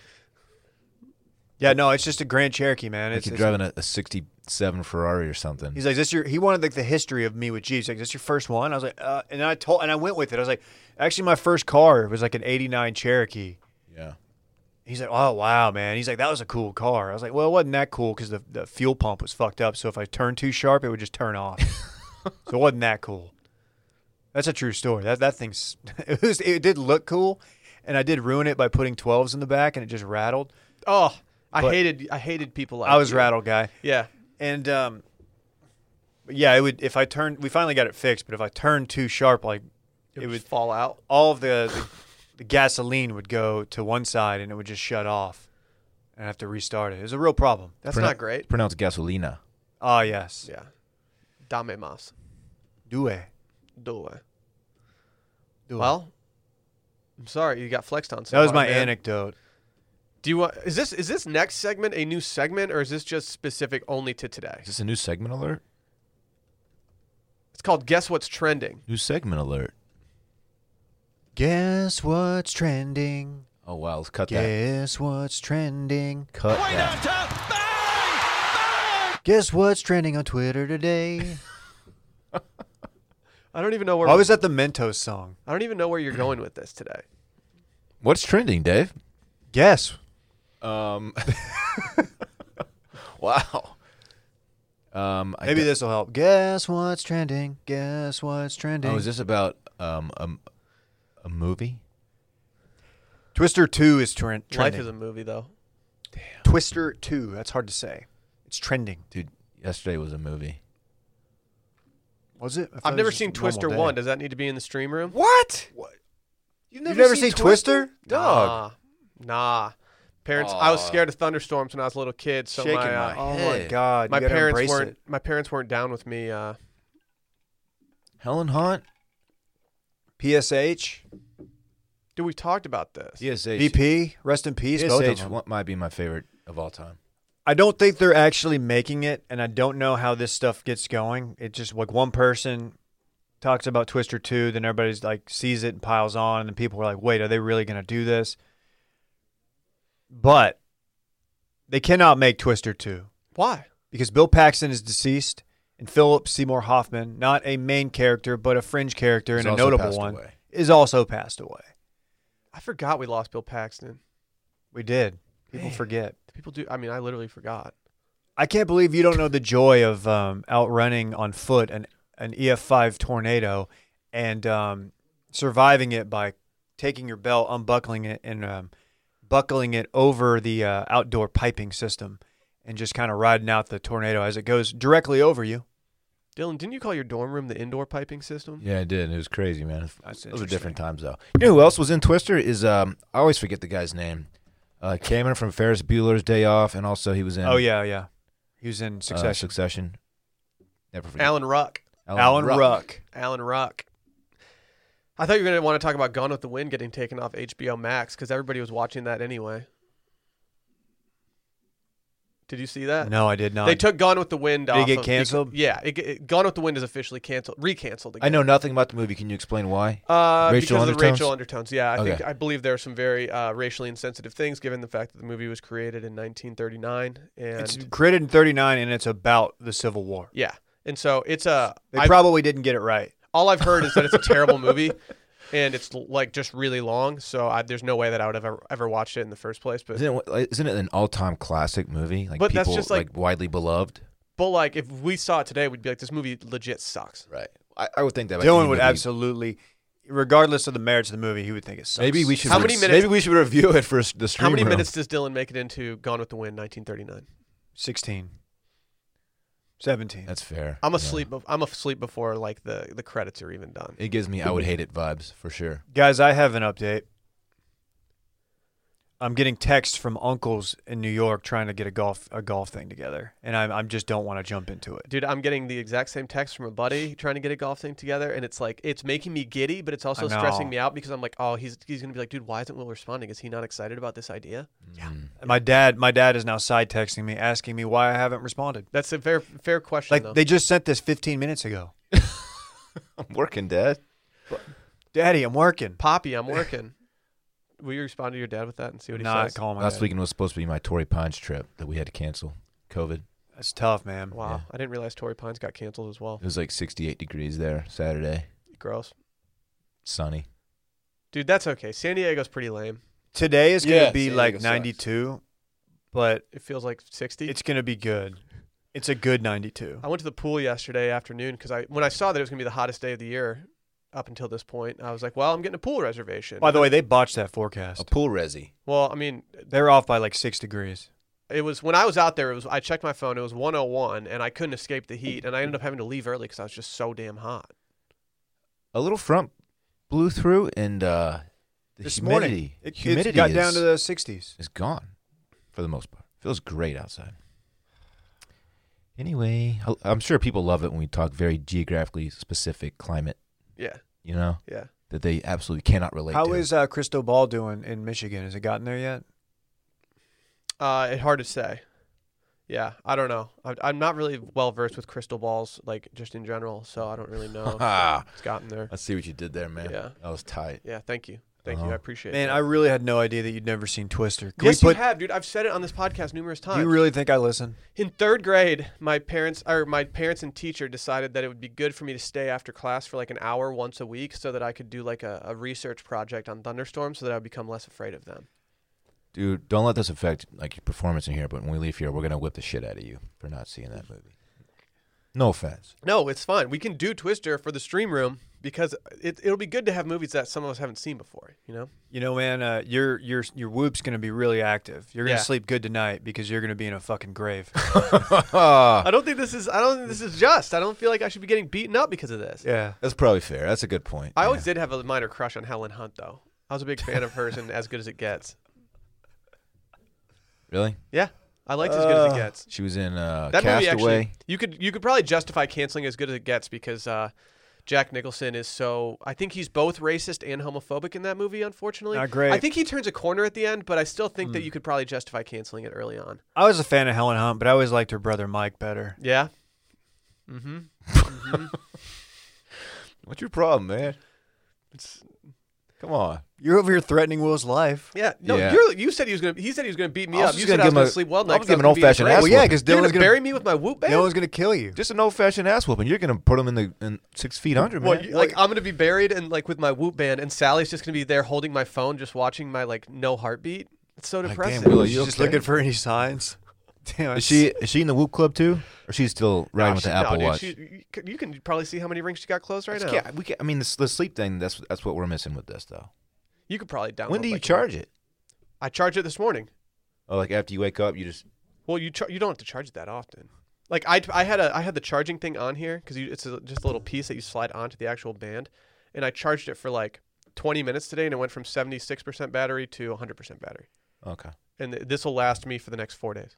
Yeah, no, it's just a Grand Cherokee, man. Like It's, you're it's- driving a, a '67 Ferrari or something. He's like, "This your?" He wanted like the history of me with Jeeps. Like, "Is this your first one?" I was like, uh, and then I told, and I went with it. I was like, "Actually, my first car was like an '89 Cherokee." yeah. He's like, oh wow, man. He's like, that was a cool car. I was like, well, it wasn't that cool because the, the fuel pump was fucked up. So if I turned too sharp, it would just turn off. so it wasn't that cool. That's a true story. That that thing's (laughs) it was it did look cool, and I did ruin it by putting twelves in the back, and it just rattled. oh, I But- hated, I hated people like I was you. rattled guy, Yeah, and um, but yeah, it would if I turned. We finally got it fixed, but if I turned too sharp, like it, it would would fall out. all of the, the the gasoline would go to one side, and it would just shut off, and I have to restart it. It was a real problem. That's Pronoun- not great. Pronounced gasolina. Ah, yes. Yeah, dame mas, Due. do it. Due. Well, I'm sorry you got flexed on. So that was my hard, man. anecdote. Do you want? Is this is this next segment a new segment or is this just specific only to today? Is this a new segment alert? It's called Guess What's Trending. New segment alert. Guess what's trending? Oh wow, let's cut that. Guess what's trending? Cut that. Guess what's trending on Twitter (laughs) today? I don't even know where Why was that the Mentos song? I don't even know where you're going with this today. What's trending, Dave? (laughs) Guess. Um, wow. Um, I Maybe got- this will help. Guess what's trending? Guess what's trending? Oh, is this about um a, a movie? Twister 2 is tren- Life trending. is a movie, though. Twister 2. That's hard to say. It's trending. Dude, yesterday was a movie. Was it? I thought I've it never was just seen a normal Twister day. 1. Does that need to be in the stream room? What? You've You've never seen Twister? Dog. Nah. Nah. Parents, I was Aw. scared of thunderstorms when I was a little kid, so Shaking my, uh, my- Oh my Hey. god! my you gotta parents embrace weren't it. my parents weren't down with me uh, Helen Hunt? PSH, Dude, we've talked about this. PSH. BP, rest in peace. both of PSH them. one- might be my favorite of all time. I don't think they're actually making it, and I don't know how this stuff gets going. It just like one person talks about Twister Two, then everybody's like sees it and piles on, and then people are like, "Wait, are they really going to do this?" But they cannot make Twister Two Why? because Bill Paxton is deceased, and Philip Seymour Hoffman, not a main character but a fringe character He's and a also notable passed one, away. is also passed away. I forgot we lost Bill Paxton. We did. People Man. forget. People do. I mean, I literally forgot. I can't believe you don't know the joy of um, outrunning on foot an an EF5 tornado and um, surviving it by taking your belt, unbuckling it, and um, buckling it over the uh, outdoor piping system, and just kind of riding out the tornado as it goes directly over you. Dylan, didn't you call your dorm room the indoor piping system? Yeah, I did. It was crazy, man. That's Those were different times, though. You know who else was in Twister? Is um, I always forget the guy's name. Uh, Cameron from Ferris Bueller's Day Off, and also he was in Oh yeah, yeah. He was in uh, Succession. Succession. Never forget. Alan Ruck. Alan Ruck. Alan Ruck. I thought you were going to want to talk about Gone with the Wind getting taken off HBO Max because everybody was watching that anyway. Did you see that? No, I did not. They took Gone with the Wind Did it off. get of- canceled? yeah, it, it- Gone with the Wind is officially canceled, recanceled again. I know nothing about the movie. Can you explain why? Uh, Racial because of the undertones? racial undertones. Yeah, I think Okay. I believe there are some very uh, racially insensitive things, given the fact that the movie was created in 1939. And it's created in '39, and it's about the Civil War. yeah, and so it's a. They I- probably didn't get it right. all I've heard is that it's a terrible movie, and it's like just really long. So I, there's no way that I would have ever, ever watched it in the first place. But Isn't it, isn't it an all-time classic movie? Like But that's people just like- widely beloved. but like if we saw it today, we'd be like, this movie legit sucks. Right. I, I would think that. about Dylan any would movie. absolutely, regardless of the merits of the movie, he would think it sucks. Maybe we should. How many minutes- Maybe we should review it for s- the stream. How many room. minutes does Dylan make it into Gone with the Wind 1939? 16, 17. That's fair. I'm Yeah. asleep. bef- I'm asleep before like the the credits are even done. It gives me I would hate it vibes for sure. Guys, I have an update. I'm getting texts from uncles in New York trying to get a golf a golf thing together, and I I just don't want to jump into it. Dude, I'm getting the exact same text from a buddy trying to get a golf thing together, and it's like it's making me giddy, but it's also I know. stressing me out because I'm like, oh, he's he's gonna be like, dude, why isn't Will responding? Is he not excited about this idea? (laughs) Mm. My dad, my dad is now side texting me asking me why I haven't responded. That's a fair fair question. Like though. they just sent this 15 minutes ago. I'm working, Dad. Daddy, I'm working. Poppy, I'm working. Will you respond to your dad with that and see what he Not says? calling my Last dad. weekend was supposed to be my Torrey Pines trip that we had to cancel. COVID. That's tough, man. Wow, Yeah. I didn't realize Torrey Pines got canceled as well. It was like 68 degrees there Saturday. Gross, Sunny. dude. That's okay. San Diego's pretty lame. Today is gonna Yeah, be San like Diego sucks. 92, but It feels like 60. It's gonna be good. It's a good ninety-two. I went to the pool yesterday afternoon because I when I saw that it was gonna be the hottest day of the year up until this point, I was like, well, I'm getting a pool reservation. By the way, they botched that A forecast. pool resi. well, I mean, They're off by like six degrees. it was when I was out there. It was I checked my phone. It was 101, and I couldn't escape the heat, and I ended up having to leave early because I was just so damn hot. A little front blew through and uh, the This humidity. morning, it, humidity it got is, down to the sixties. is gone for the most part. Feels great outside. Anyway, I- I'm sure people love it when we talk very geographically specific climate, Yeah, you know, yeah. that they absolutely cannot relate How to. is uh, Cristobal doing in Michigan? Has it gotten there yet? Uh, it hard to say. Yeah, I don't know. I, I'm not really well versed with crystal balls, like just in general, so I don't really (laughs) know. if it's gotten there. (laughs) I see what you did there, man. Yeah. That was tight. Yeah, thank you, thank you. Uh-huh. I appreciate Man, it. I really had no idea that you'd never seen Twister. Can yes, we put, you have, dude. I've said it on this podcast numerous do times. you really think I listen? in third grade, my parents or my parents and teacher decided that it would be good for me to stay after class for like an hour once a week, so that I could do like a, a research project on thunderstorms, so that I would become less afraid of them. Dude, don't let this affect like your performance in here. But when we leave here, we're gonna whip the shit out of you for not seeing that movie. No (laughs) offense. No, it's fine. We can do Twister for the stream room because it, it'll be good to have movies that some of us haven't seen before. You know, You know, man, uh, your your your whoop's gonna be really active. You're gonna Yeah. sleep good tonight because you're gonna be in a fucking (laughs) grave. I don't think this is. I don't think this is just. I don't feel like I should be getting beaten up because of this. yeah. That's probably fair. That's a good point. I always did have a minor crush on Helen Hunt, though. I was a big fan of hers and As Good as It Gets. Really? Yeah, I liked As Good as Uh, It Gets. She was in uh, That movie Castaway. actually, you could you could probably justify canceling As Good as It Gets because uh, Jack Nicholson is so. I think he's both racist and homophobic in that movie. Unfortunately, Not great. I think he turns a corner at the end, but I still think Hmm. that you could probably justify canceling it early on. I was a fan of Helen Hunt, but I always liked her brother Mike better. Yeah. Mm-hmm. mm-hmm. What's your problem, man? It's, Come on. You're over here threatening Will's life. yeah. No, Yeah. You're, you said he was gonna. He said he was gonna beat me I was up. just You said gonna I was give him gonna a- sleep well I tonight. was 'cause giving an gonna beat old-fashioned his ass ass Well, yeah, whooping. because You're gonna Dylan's gonna bury me with my whoop band. Dylan's gonna kill you. Just an old fashioned ass whooping. You're gonna put him in the in six feet under, man. What, you- like I'm gonna be buried and like with my whoop band, and Sally's just gonna be there holding my phone, just watching my like no heartbeat. It's so damn, depressing. Will, She's you just okay? looking for any signs. (laughs) Damn, is she is she in the whoop club too, or she's still riding with the She- Apple no, Watch? Dude, she, you can- you can probably see how many rings she got closed right Just now. can't- we can't- I mean, the, the sleep thing. That's that's what we're missing with this, though. You could probably download. When do you like, charge it? I charge it this morning. Oh, like after you wake up, you just Well, you char- you don't have to charge it that often. Like I, I had a I had the charging thing on here because it's a, just a little piece that you slide onto the actual band, and I charged it for like 20 minutes today, and it went from 76 percent battery to 100 percent battery, okay, and th- this will last me for the next four days.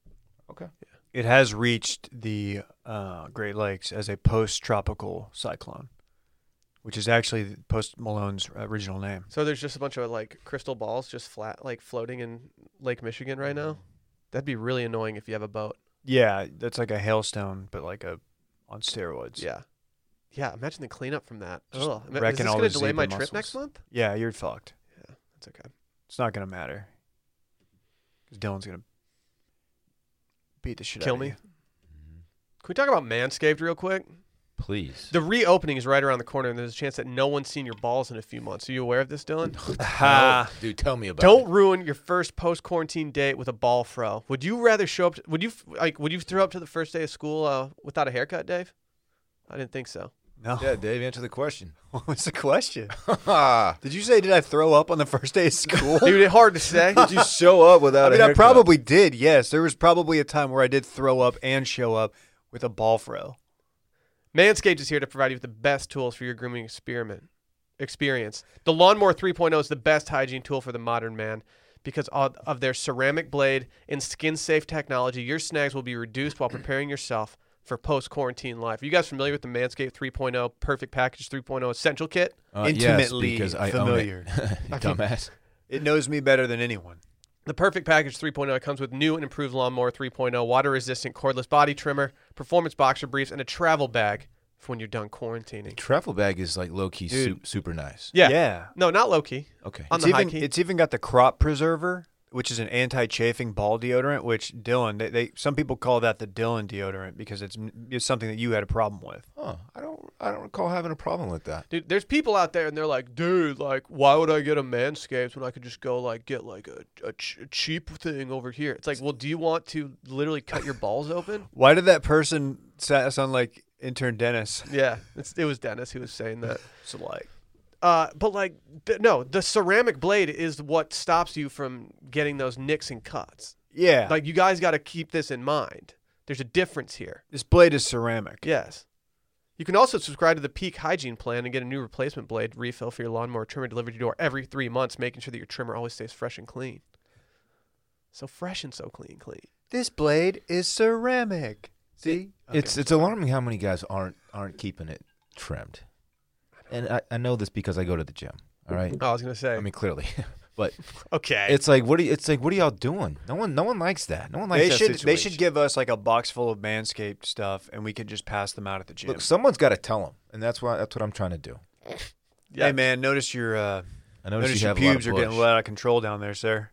okay. It has reached the uh, Great Lakes as a post-tropical cyclone, which is actually Post Malone's original name. So there's just a bunch of like crystal balls just flat like floating in Lake Michigan right Mm-hmm. now. That'd be really annoying if you have a boat. Yeah, that's like a hailstone, but like a on steroids. Yeah. Yeah, imagine the cleanup from that. Just Ugh. Is wrecking this all gonna the delay my zebra trip next mussels. month? yeah, you're fucked. That's okay. It's not gonna matter. 'Cause Dylan's gonna beat the shit Kill out me? (laughs) of Can we talk about Manscaped real quick? Mm-hmm. Please. The reopening is right around the corner, and there's a chance that no one's seen your balls in a few months. Are you aware of this, Dylan? you. Oh, dude, tell me about. Ah. Don't ruin your first post quarantine date with a ball fro. Would you rather show up? To, would you f- like? Would you throw up to the first day of school uh, without a haircut, Dave? I didn't think so. No. it. (laughs) Yeah, Dave, answer the question. (laughs) (laughs) What was the question? Did Did you say did I throw up on the first day of (laughs) school? Dude, it's hard to (laughs) say. you show up I without? mean, a I haircut? probably did. Yes, there was probably a time where I did throw up and show up with a ball fro. Manscaped is here to provide you with the best tools for your grooming experiment experience. The Lawnmower 3.0 is the best hygiene tool for the modern man because of of their ceramic blade and skin-safe technology. Your snags will be reduced while preparing yourself for post-quarantine life. Are you guys familiar with the Manscaped 3.0 Perfect Package 3.0 Essential Kit? Uh, yes, Intimately because I own it. familiar. (laughs) You dumbass. It knows me better than anyone. The Perfect Package 3.0 comes with new and improved Lawnmower 3.0 water-resistant cordless body trimmer, performance boxer briefs, and a travel bag for when you're done quarantining. Travel bag is like low key su- Dude. super nice. Yeah. yeah. No, not low-key. Okay. On It's the high even, key. it's even got the crop preserver, which is an anti-chafing ball deodorant. Which Dylan, they, they some people call that the Dylan deodorant because it's it's something that you had a problem with. Huh. I don't. I don't recall having a problem with that. Dude, there's people out there and they're like, dude, like, why would I get a Manscaped when I could just go, like, get, like, a, a, ch- a cheap thing over here? It's like, well, do you want to literally cut your balls (laughs) open? Why did that person sa- sound like intern Dennis? Yeah, it's, it was Dennis who was saying that. So like, Uh, but, like, th- no, the ceramic blade is what stops you from getting those nicks and cuts. yeah, Like, you guys got to keep this in mind. There's a difference here. this blade is ceramic. Yes. You can also subscribe to the Peak Hygiene Plan and get a new replacement blade refill for your lawnmower trimmer delivered to your door every three months, making sure that your trimmer always stays fresh and clean. So fresh and so clean, clean. This blade is ceramic. See, It's it's alarming how many guys aren't aren't keeping it trimmed, and I, I know this because I go to the gym. All right, Oh, I was gonna say. I mean clearly, (laughs) but okay. it's like what do you, it's like what are y'all doing? No one no one likes that. No one likes they that should they situation. should give us like a box full of manscaped stuff, and we could just pass them out at the gym. look. Someone's got to tell them, and that's why that's what I'm trying to do. yeah. Hey man, notice your uh, I notice, noticed you your have a lot of pubes are getting a bush. little out of control down there, sir.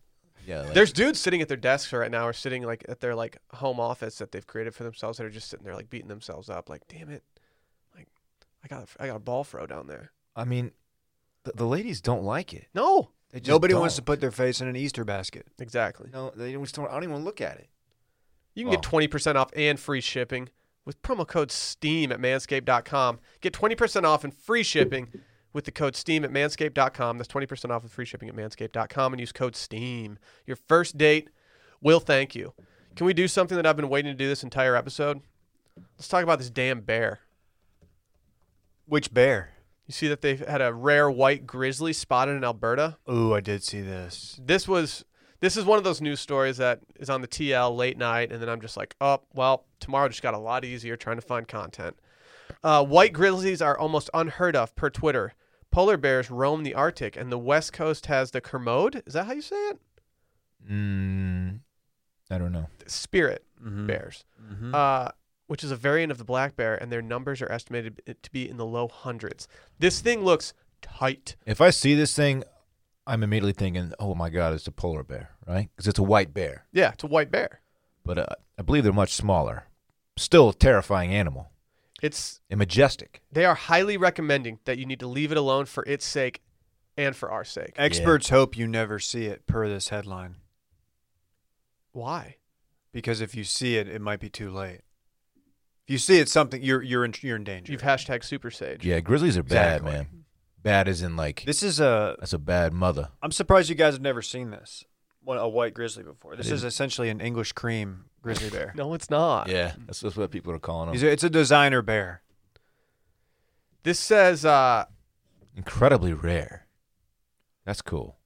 Yeah, like, There's dudes sitting at their desks right now, or sitting like at their like home office that they've created for themselves, that are just sitting there like beating themselves up, like, damn it, like I got I got a ball throw down there. I mean, the, the ladies don't like it. No, They just Nobody wants to don't. put their face in an Easter basket. exactly. No, they don't, just don't. I don't even look at it. You can Well. get 20% off and free shipping with promo code STEAM at manscaped.com. Get 20% off and free shipping with the code STEAM at manscaped.com. That's 20% off with free shipping at manscaped.com and use code STEAM. Your first date will thank you. Can we do something that I've been waiting to do this entire episode? Let's talk about this damn bear. Which bear? You see that they've had a rare white grizzly spotted in Alberta? Ooh, I did see this. this was this is one of those news stories that is on the TL late night, and then I'm just like, oh, well, tomorrow just got a lot easier trying to find content. Uh, white grizzlies are almost unheard of per Twitter. Polar bears roam the Arctic, and the West Coast has the Kermode. Is that how you say it? Mm, I don't know. Spirit Mm-hmm. bears, Mm-hmm. uh, which is a variant of the black bear, and their numbers are estimated to be in the low hundreds. This thing looks tight. If I see this thing, I'm immediately thinking, "Oh my God, it's a polar bear," right? Because it's a white bear, Yeah, it's a white bear. but uh, I believe they're much smaller. Still a terrifying animal It's and majestic. They are highly recommending that you need to leave it alone for its sake and for our sake. Experts hope you never see it, per this headline, Why? because if you see it, it might be too late. If you see it, something you're you're in, you're in danger. You've hashtag super sage. Yeah, grizzlies are bad, Exactly. man. Bad as in like this is a. that's a bad mother. I'm surprised you guys have never seen this. One, a white grizzly before. This is didn't. essentially an English cream grizzly (laughs) bear. No, it's not. Yeah, that's just what people are calling He's them. a- It's a designer bear. This says uh, Incredibly rare. That's cool.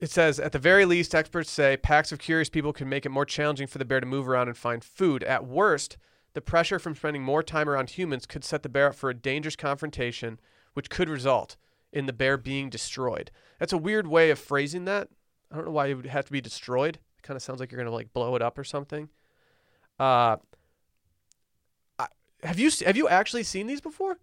it says at the very least, experts say packs of curious people can make it more challenging for the bear to move around and find food. At worst, the pressure from spending more time around humans could set the bear up for a dangerous confrontation, which could result in the bear being destroyed. That's a weird way of phrasing that. I don't know why it would have to be destroyed. It kind of sounds like you're gonna like blow it up or something. Uh, I, have you se- have you actually seen these before?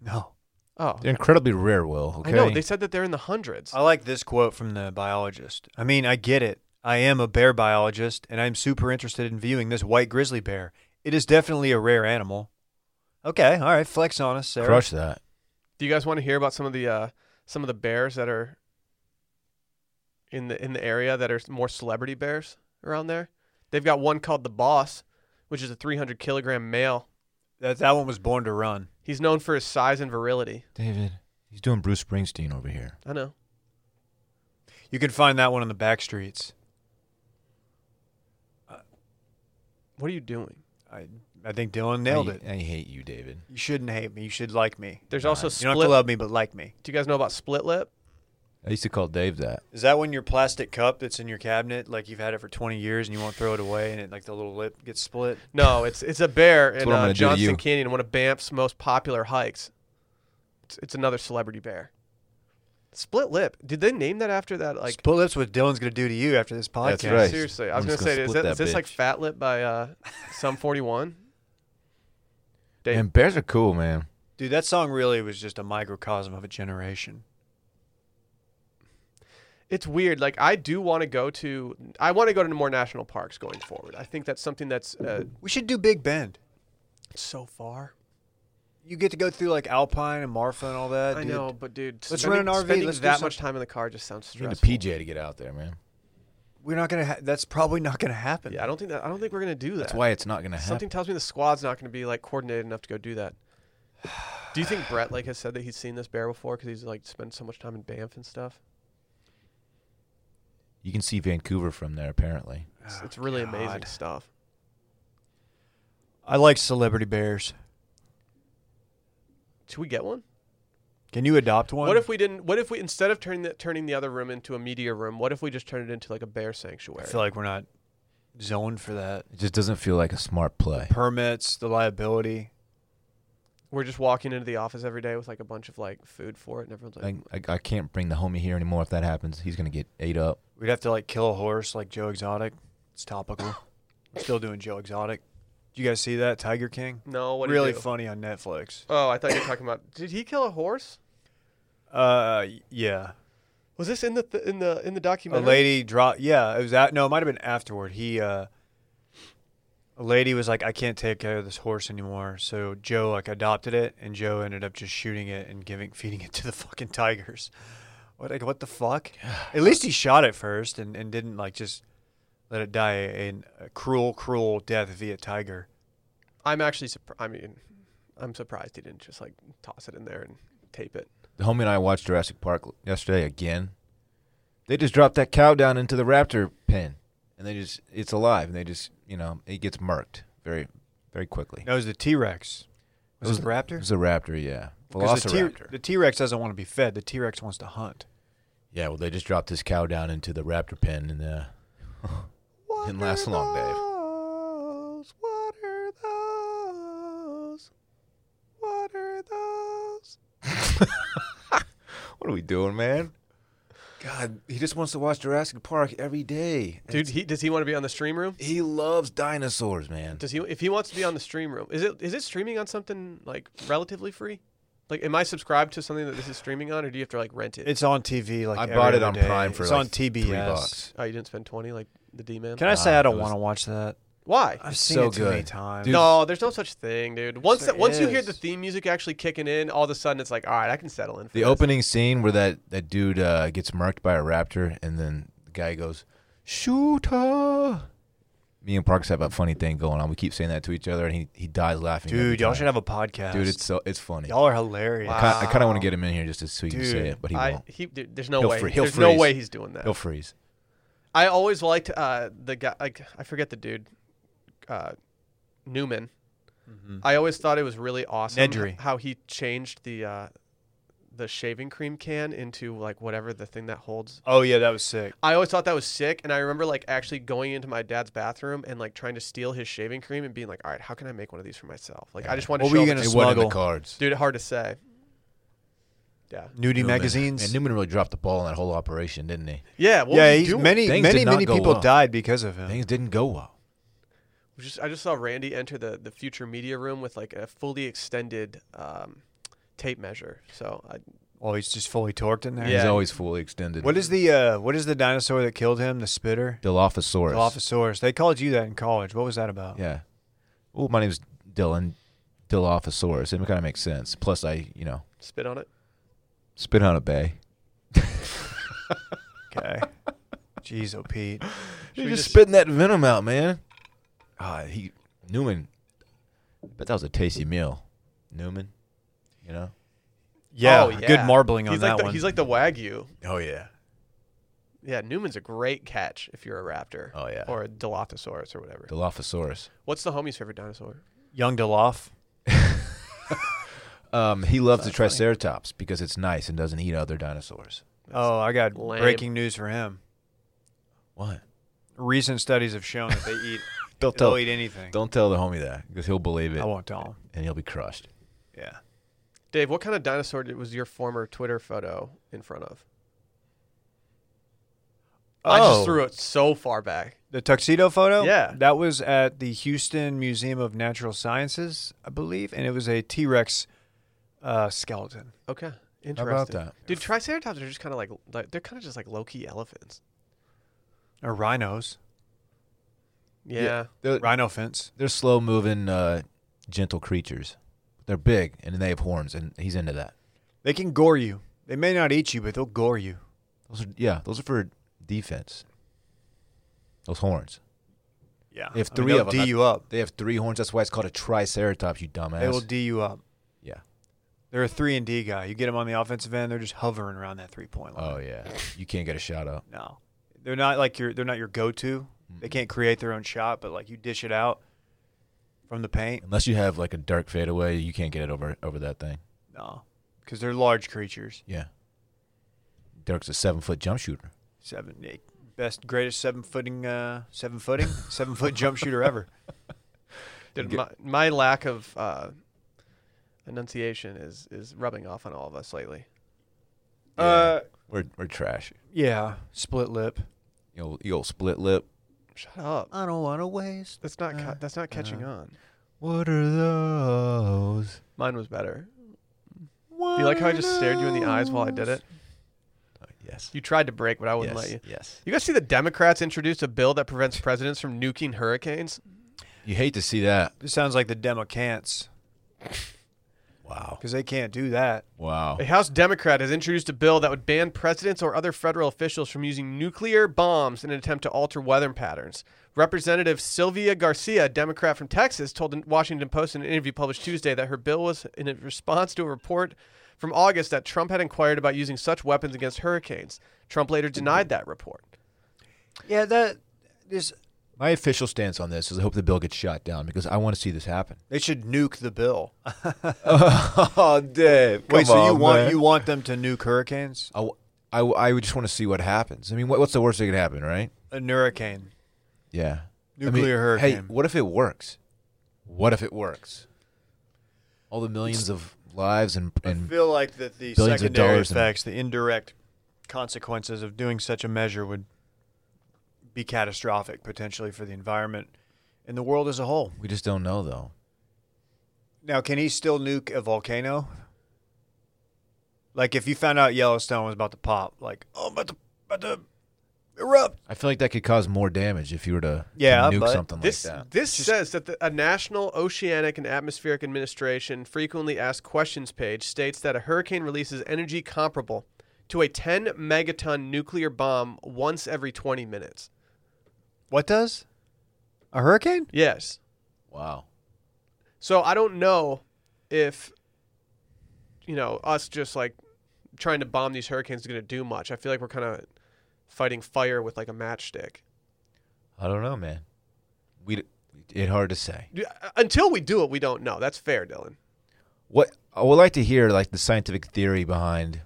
No. Oh, They're incredibly rare, Will. Okay. I know. They said that they're in the hundreds. I like this quote from the biologist. I mean, I get it. I am a bear biologist, and I'm super interested in viewing this white grizzly bear. It is definitely a rare animal. Okay, all right, flex on us, Sarah. Crush that. Do you guys want to hear about some of the uh, some of the bears that are in the in the area that are more celebrity bears around there? They've got one called the Boss, which is a 300 kilogram male. That that one was born to run. He's known for his size and virility. David, he's doing Bruce Springsteen over here. I know. You can find that one on the back streets. What are you doing? I I think Dylan nailed I, it. I hate you, David. You shouldn't hate me. You should like me. There's Nah, also you You don't split. have to love me, but like me. Do you guys know about split lip? I used to call Dave that. Is that when your plastic cup that's in your cabinet, like you've had it for 20 years and you won't throw it away, and it like the little lip gets split? No, it's it's a bear in uh, what I'm gonna do to Johnston you. Canyon, one of Banff's most popular hikes. It's, it's another celebrity bear. Split lip. Did they name that after that? Like split lips. What Dylan's gonna do to you after this podcast? That's right. Seriously, I was I'm gonna just say, gonna is, split that, is that this like bitch. Fat Lip by uh, Sum 41? Dave. And bears are cool, man. Dude, that song really was just a microcosm of a generation. It's weird. Like I do want to go to, I want to go to more national parks going forward. I think that's something that's uh, We should do Big Bend. so far. You get to go through like Alpine and Marfa and all that. I dude. know, but dude, Let's spending- rent an RV. Spending Let's do that some- much time in the car just sounds You need stressful. a PJ to get out there, man. We're not gonna. Ha- that's probably not gonna happen. Yeah, I don't think that. I don't think we're gonna do that. That's why it's not going to happen. Something tells me the squad's not gonna be like coordinated enough to go do that. Do you think Brett like has said that he's seen this bear before because he's like spent so much time in Banff and stuff? You can see Vancouver from there, apparently. It's, Oh, it's really amazing God. stuff. I like celebrity bears. Should we get one? Can you adopt one? What if we didn't? What if we instead of turning the, turning the other room into a media room, what if we just turned it into like a bear I sanctuary? feel like we're not zoned for that. It just doesn't feel like a smart play. Permits, the liability. We're just walking into the office every day with like a bunch of like food for it, and everyone's like, I, I, I can't bring the homie here anymore if that happens. He's going to get ate up. We'd have to like kill a horse, like Joe Exotic. It's (sighs) topical. We're still doing Joe Exotic. Did you guys see that Tiger King? "No, what really do you do? funny on Netflix. Oh, I thought you were talking about. Did he kill a horse? Uh, yeah. Was this in the th- in the in the a documentary? lady dropped. Yeah, it was at. No, it might have been afterward. He, uh, a lady was like, "I can't take care of this horse anymore," so Joe like adopted it, and Joe ended up just shooting it and giving (laughs) feeding it to the fucking tigers. What like what the fuck? At least he shot it first and, and didn't like just let it die in a cruel, cruel death via tiger. I'm actually surprised. I mean, I'm surprised he didn't just like toss it in there and tape it. The homie and I watched Jurassic Park l- yesterday again. They just dropped that cow down into the raptor pen, and they just—it's alive, and they just, you know, it gets murked very, very quickly. That was the T Rex. Was it, the It raptor? was a raptor, yeah, 'Cause the T- velociraptor. The T Rex doesn't want to be fed. The T Rex wants to hunt. yeah, well, they just dropped this cow down into the (laughs) raptor pen, and uh, didn't last long, Dave. Those? What are those? What are those? (laughs) What are we doing, man? God, he just wants to watch Jurassic Park every day. Dude, he, does he want to be on the stream room? he loves dinosaurs, man. Does he? If he wants to be on the stream room, is it is it streaming on something like relatively free? Like, am I subscribed to something that this is streaming on, or do you have to like rent it? It's on TV. Like I every bought it other on day. Prime for it's like on TBS. three bucks. oh, you didn't spend twenty like the D man. Can I say Ah, I don't it was- want to watch that? Why? I've It's seen so it too many good. times. Dude, No, there's no such thing, dude. Once there that, once you hear is. the theme music actually kicking in, all of a sudden it's like, all right, I can settle in. For The this. opening scene where that that dude uh, gets marked by a raptor, and then the guy goes, "Shooter." Me and Parks have a funny thing going on. We keep saying that to each other, and he, he dies laughing. every Dude, y'all time. should have a podcast. Dude, it's so it's funny. y'all are hilarious. Wow. I kind, I kind of want to get him in here just to so you can Dude, say it, but he I, won't. he, dude, there's no He'll way. free- he'll there's no freeze. way he's doing that. He'll freeze. I always liked uh, the guy. Like, I forget the dude, uh, Newman. I always thought it was really awesome Nedry. how he changed the uh, the shaving cream can into like whatever the thing that holds. Oh yeah, that was sick. I always thought that was sick, and I remember like actually going into my dad's bathroom and like trying to steal his shaving cream and being like, "All right, how can I make one of these for myself?" Like, I just wanted What to were show you him- gonna It wasn't in Smuggle. the cards. dude. Hard to say. Yeah, Nudie Newman. magazines. And Newman really dropped the ball in that whole operation, didn't he? yeah. What yeah, were you he's- doing? many, Things many, did not many go people well. died because of him. Things didn't go well. It was Just, I just saw Randy enter the, the future media room with like a fully extended um, tape measure. So I, Oh, he's just fully torqued in there. Yeah. He's always fully extended. What is the uh, what is the dinosaur that killed him? The spitter, Dilophosaurus? Dilophosaurus. They called you that in college. What was that about? Yeah. Well, my name's Dylan Dilophosaurus. It kind of makes sense. Plus, I, you know, spit on it. spit on a bay. (laughs) Okay. Jeez, oh Pete. Should You're we just, just- spitting that venom out, man. Ah, he Newman. Bet that was a tasty meal, Newman. You know. Yeah, Oh, yeah. good marbling on he's that like the, one. He's like the wagyu. Oh yeah. Yeah, Newman's a great catch if you're a raptor. Oh, yeah. Or a Dilophosaurus or whatever. Dilophosaurus. What's the homie's favorite dinosaur? Young Diloph. Um, he loves the That's funny. Triceratops because it's nice and doesn't eat other dinosaurs. Oh, I got lame. breaking news for him. What? Recent studies have shown that they eat. (laughs) Don't they'll tell. eat anything. Don't tell the homie that because he'll believe it I won't tell him. and he'll be crushed. Yeah. Dave, what kind of dinosaur did, was your former Twitter photo in front of? I Oh. just threw it so far back. The tuxedo photo? Oh. Yeah. That was at the Houston Museum of Natural Sciences, I believe, and it was a T Rex uh, skeleton. Okay. How Interesting. about that? Dude, Triceratops are just kind of like, like they're kind of just like low key elephants. Or rhinos. yeah. They're, Rhino fence. they're slow moving, uh, gentle creatures. They're big and they have horns, and he's into that. They can gore you. They may not eat you, but they'll gore you. Those are yeah, those are for defense. Those horns. Yeah. If I mean, three they'll of 'em, D that- you up. They have three horns. That's why it's called a triceratops. You dumbass. They will D you up. yeah. They're a three and D guy. You get them on the offensive end, they're just hovering around that three point line. Oh yeah. You can't get a (laughs) shot up. No, they're not like your. They're not your go-to. They can't create their own shot, but like you dish it out from the paint. Unless you have like a dark fadeaway, you can't get it over over that thing. No, because they're large creatures. Yeah. Dirk's a seven foot jump shooter. Seven, eight, best, greatest seven footing, uh, seven footing, (laughs) seven foot jump shooter ever. Dude, Get- my, my lack of uh, enunciation is is rubbing off on all of us lately. Yeah. Uh, We're we're trash. yeah, split lip. You old, you old split lip. Shut up. I don't want to waste. That's not ca- Uh, that's not catching Uh-huh. uh. on. What are those? Mine was better. Do you like how I just stared you in the eyes while I did it? Oh, yes. You tried to break, but I yes. wouldn't let you. Yes. You guys see the Democrats introduced a bill that prevents presidents from nuking hurricanes? You hate to see that. This sounds like the Democants. Wow. because they can't do that. Wow. A House Democrat has introduced a bill that would ban presidents or other federal officials from using nuclear bombs in an attempt to alter weather patterns. Representative Sylvia Garcia, a Democrat from Texas, told the Washington Post in an interview published Tuesday that her bill was in response to a report from August that Trump had inquired about using such weapons against hurricanes. Trump later denied that report. Yeah, that is. My official stance on this is I hope the bill gets shot down because I want to see this happen. They should nuke the (laughs) bill. oh, Dave. Wait, so you want you want them to nuke hurricanes? I, w- I w- I would just want to see what happens. I mean, what, what's the worst that could happen, right? A hurricane. Yeah. I mean, Nuclear Hey, hurricane. what if it works? What if it works? All the millions of lives and, I and feel like that the billions of secondary dollars in- effects, the indirect consequences of doing such a measure would be catastrophic potentially for the environment and the world as a whole. we just don't know though. Now, can he still nuke a volcano? Like if you found out Yellowstone was about to pop, like oh, I'm about to, about to erupt. I feel like that could cause more damage if you were to, Yeah, to nuke but something This like that. this says that the, a National Oceanic and Atmospheric Administration frequently asked questions page states that a hurricane releases energy comparable to a 10 megaton nuclear bomb once every 20 minutes. What does? A hurricane? Yes. Wow. So I don't know if you know us just like trying to bomb these hurricanes is going to do much. I feel like we're kind of fighting fire with like a matchstick. I don't know, man. We d- it hard to say. D- uh, Until we do it, we don't know. That's fair, Dylan. What I would like to hear, like the scientific theory behind,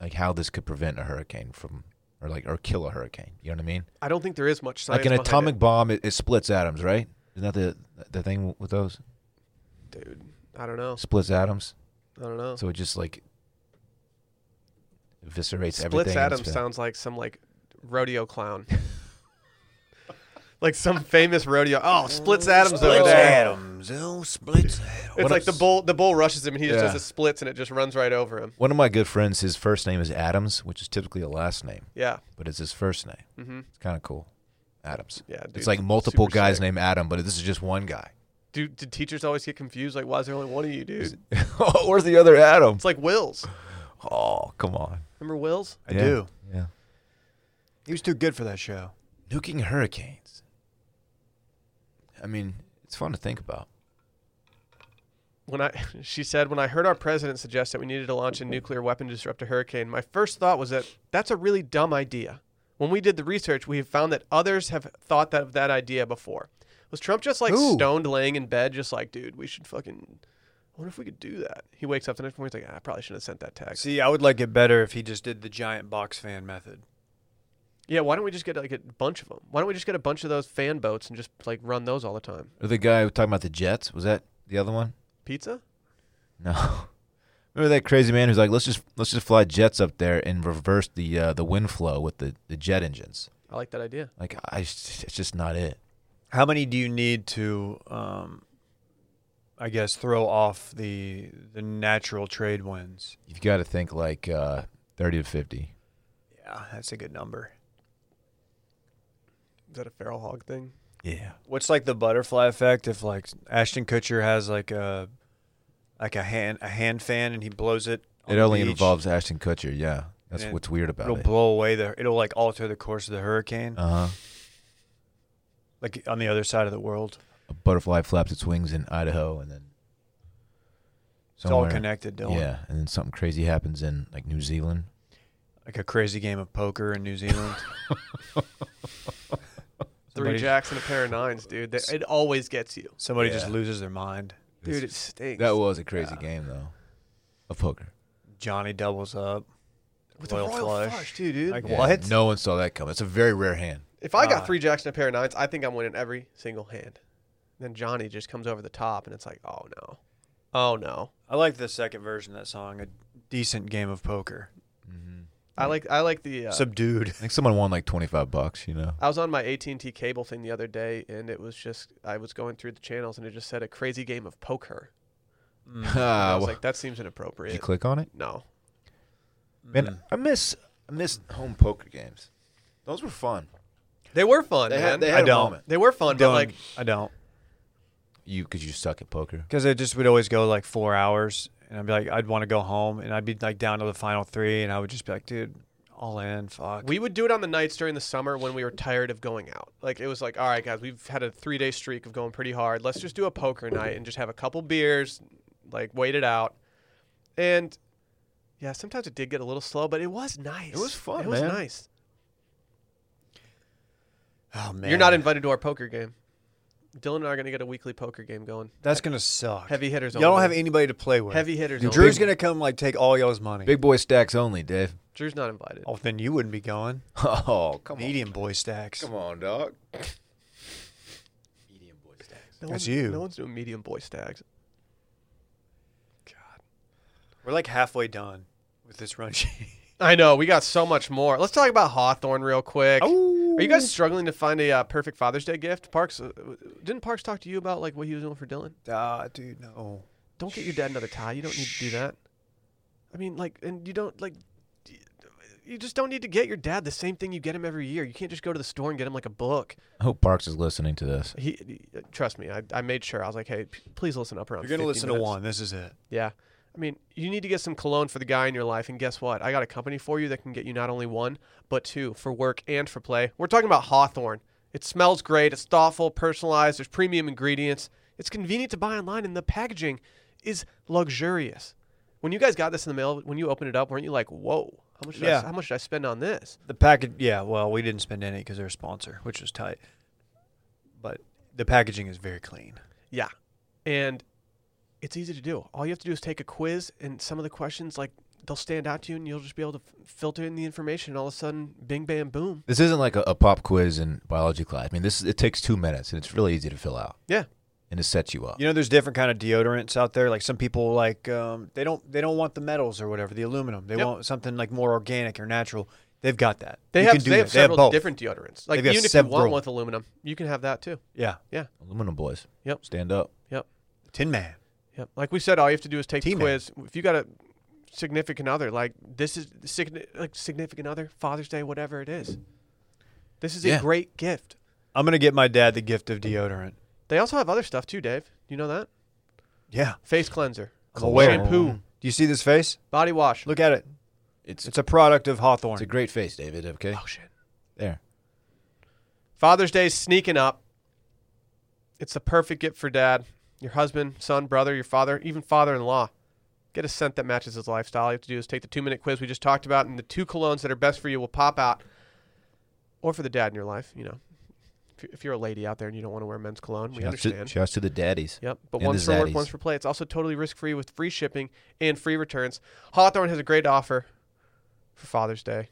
like how this could prevent a hurricane from, or like or kill a hurricane. You know what I mean? I don't think there is much science. like an behind atomic bomb, it, it splits atoms, right? Isn't that the the thing with those? it. dude. I don't know. Splits atoms, I don't know. so it just like eviscerates everything. Splits in Adam its path. sounds like some like rodeo clown. (laughs) like some famous rodeo. Oh, Splits Adams over there. Adams. Oh, splits Adams. It's What like if- the bull the bull rushes him and he just Yeah. does the splits and it just runs right over him. One of my good friends, his first name is Adams, which is typically a last name, Yeah. but it's his first name. Mhm. It's kind of cool. Adams. Yeah, dude, it's like multiple super guys sick. named Adam, but this is just one guy. Do did teachers always get confused? Like, why is there only one of you, dude? (laughs) Where's the other Adam? It's like Wills. Oh, come on. Remember Wills? I do. Yeah. He was too good for that show. Nuking hurricanes. I mean, it's fun to think about. When I (laughs) she said, when I heard our president suggest that we needed to launch a nuclear weapon to disrupt a hurricane, my first thought was that that's a really dumb idea. When we did the research, we have found that others have thought that of that idea before. Was Trump just like Who? stoned laying in bed, just like, dude, we should fucking I wonder if we could do that. He wakes up the next morning, he's like, "Ah, I probably shouldn't have sent that text. See, I would like it better if he just did the giant box fan method. Yeah, why don't we just get like a bunch of them? Why don't we just get a bunch of those fan boats and just like run those all the time? Or the guy talking about the Jets, was that the other one? Pizza? No. (laughs) Remember that crazy man who's like, let's just let's just fly jets up there and reverse the uh, the wind flow with the, the jet engines. I like that idea. Like, I it's just not it. How many do you need to, um, I guess, throw off the the natural trade winds? You've got to think like uh, thirty to fifty. Yeah, that's a good number. Is that a feral hog thing? Yeah. What's like the butterfly effect if like Ashton Kutcher has like a like a hand a hand fan and he blows it? on It the only beach, involves Ashton Kutcher. Yeah, that's And what's weird about It'll it. blow away the. It'll like alter the course of the hurricane, uh huh. like on the other side of the world. A butterfly flaps its wings in Idaho, and then It's all somewhere- connected, Dylan. Yeah, and then something crazy happens in like New Zealand. Like a crazy game of poker in New (laughs) Zealand. Three Somebody- jacks and a pair of nines, dude. That- it always gets you. Somebody Yeah. just loses their mind. Dude, it stinks. That was a crazy game though, of poker. Johnny doubles up. With a royal flush, too, dude. Like what? No one saw that coming. It's a very rare hand. if I uh, Ah. got three jacks and a pair of nines, I think I'm winning every single hand. Then Johnny just comes over the top and it's like, oh no. Oh no. I like the second version of that song, a decent game of poker. Mm-hmm. Mm. I like I like the uh, Subdued. I think someone won like twenty five bucks. You know. I was on my AT&T cable thing the other day and it was just I was going through the channels and it just said a crazy game of poker. (laughs) And I Ah, was well, like that seems did you inappropriate. click on it? Mm. no. Man, I miss I miss home poker games. Those were fun. They were fun, They man. had, they they, had I (laughs) a don't. moment. were fun, but Don't. like I don't. You because you suck at poker. Because it just would always go like four hours, and I'd be like, I'd want to go home, and I'd be like down to the final three, and I would just be like, dude, all in, fuck. We would do it on the nights during the summer when we were tired of going out. Like it was like, all right, guys, we've had a three day streak of going pretty hard. Let's just do a poker night and just have a couple beers, like wait it out. And yeah, sometimes it did get a little slow, but it was nice. It was fun, It was man. nice. oh man, You're not invited to our poker game. Dylan and I are gonna get a weekly poker game going. That's gonna suck. Heavy hitters. Y'all don't only. have anybody to play with. heavy hitters. only. Drew's gonna come like take all y'all's money. Big boy stacks only, Dave. (laughs) Drew's not invited. Oh, then you wouldn't be going. Oh, come Medium boy stacks. on, come on, dog. (laughs) Medium boy stacks. No that's one's- you. No one's doing medium boy stags. God. We're like halfway done with this run (laughs) sheet. I know we got so much more. Let's talk about Hawthorne real quick. Oh, Are you guys struggling to find a uh, perfect Father's Day gift? Parks uh, didn't Parks talk to you about like what he was doing for Dylan? Ah, dude, no. Don't get your dad another tie. You don't need to do that. I mean, like, and you don't like. y- You just don't need to get your dad the same thing you get him every year. You can't just go to the store and get him like a book. I hope Parks is listening to this. He, he- trust me, I, I made sure. I was like, hey, p- please listen up around. You're gonna 50 listen to minutes. one. This is it. Yeah. I mean, you need to get some cologne for the guy in your life. And guess what? I got a company for you that can get you not only one, but two for work and for play. We're talking about Hawthorne. It smells great. It's thoughtful, personalized. There's premium ingredients. It's convenient to buy online, and the packaging is luxurious. When you guys got this in the mail, when you opened it up, weren't you like, whoa, how much did, Yeah. I, how much did I spend on this? The package, yeah. Well, we didn't spend any because they're a sponsor, which was tight. But the packaging is very clean. Yeah. And it's easy to do. All you have to do is take a quiz, and some of the questions, like, they'll stand out to you, and you'll just be able to f- filter in the information. And all of a sudden, bing, bam, boom. This isn't like a, a pop quiz in biology class. I mean, this it takes two minutes and it's really easy to fill out Yeah. and it sets you up. You know, there's different kind of deodorants out there. Like some people like um, they don't they don't want the metals or whatever, the aluminum. They Yep. want something like more organic or natural. They've got that. They You have can do they that. have several both. different deodorants. Like They've got even if you want several. one with aluminum, you can have that too. Yeah, Aluminum boys. Yep. Stand up. Yep. Tin Man. Yep. Like we said, all you have to do is take the Teammate. quiz. If you got a significant other, like this is signi- like significant other, Father's Day, whatever it is. This is a Yeah. great gift. I'm gonna get my dad the gift of deodorant. They also have other stuff too, Dave. You know that? Yeah, Face cleanser, I'm Cologne. aware. shampoo, Do you see this face? body wash. Look at it. It's It's a product of Hawthorne. it's a great face, David. Okay. Oh shit. There. Father's Day's sneaking up. It's the perfect gift for dad, your husband, son, brother, your father, even father in law. Get a scent that matches his lifestyle. All you have to do is take the two minute quiz we just talked about, and the two colognes that are best for you will pop out. Or for the dad in your life, you know. If you- If you're a lady out there and you don't want to wear men's cologne, we Shouts to, understand. shouts to the daddies. Yep. But And one's for the work, zaddies. one's for play. It's also totally risk free with free shipping and free returns. Hawthorne has a great offer for Father's Day.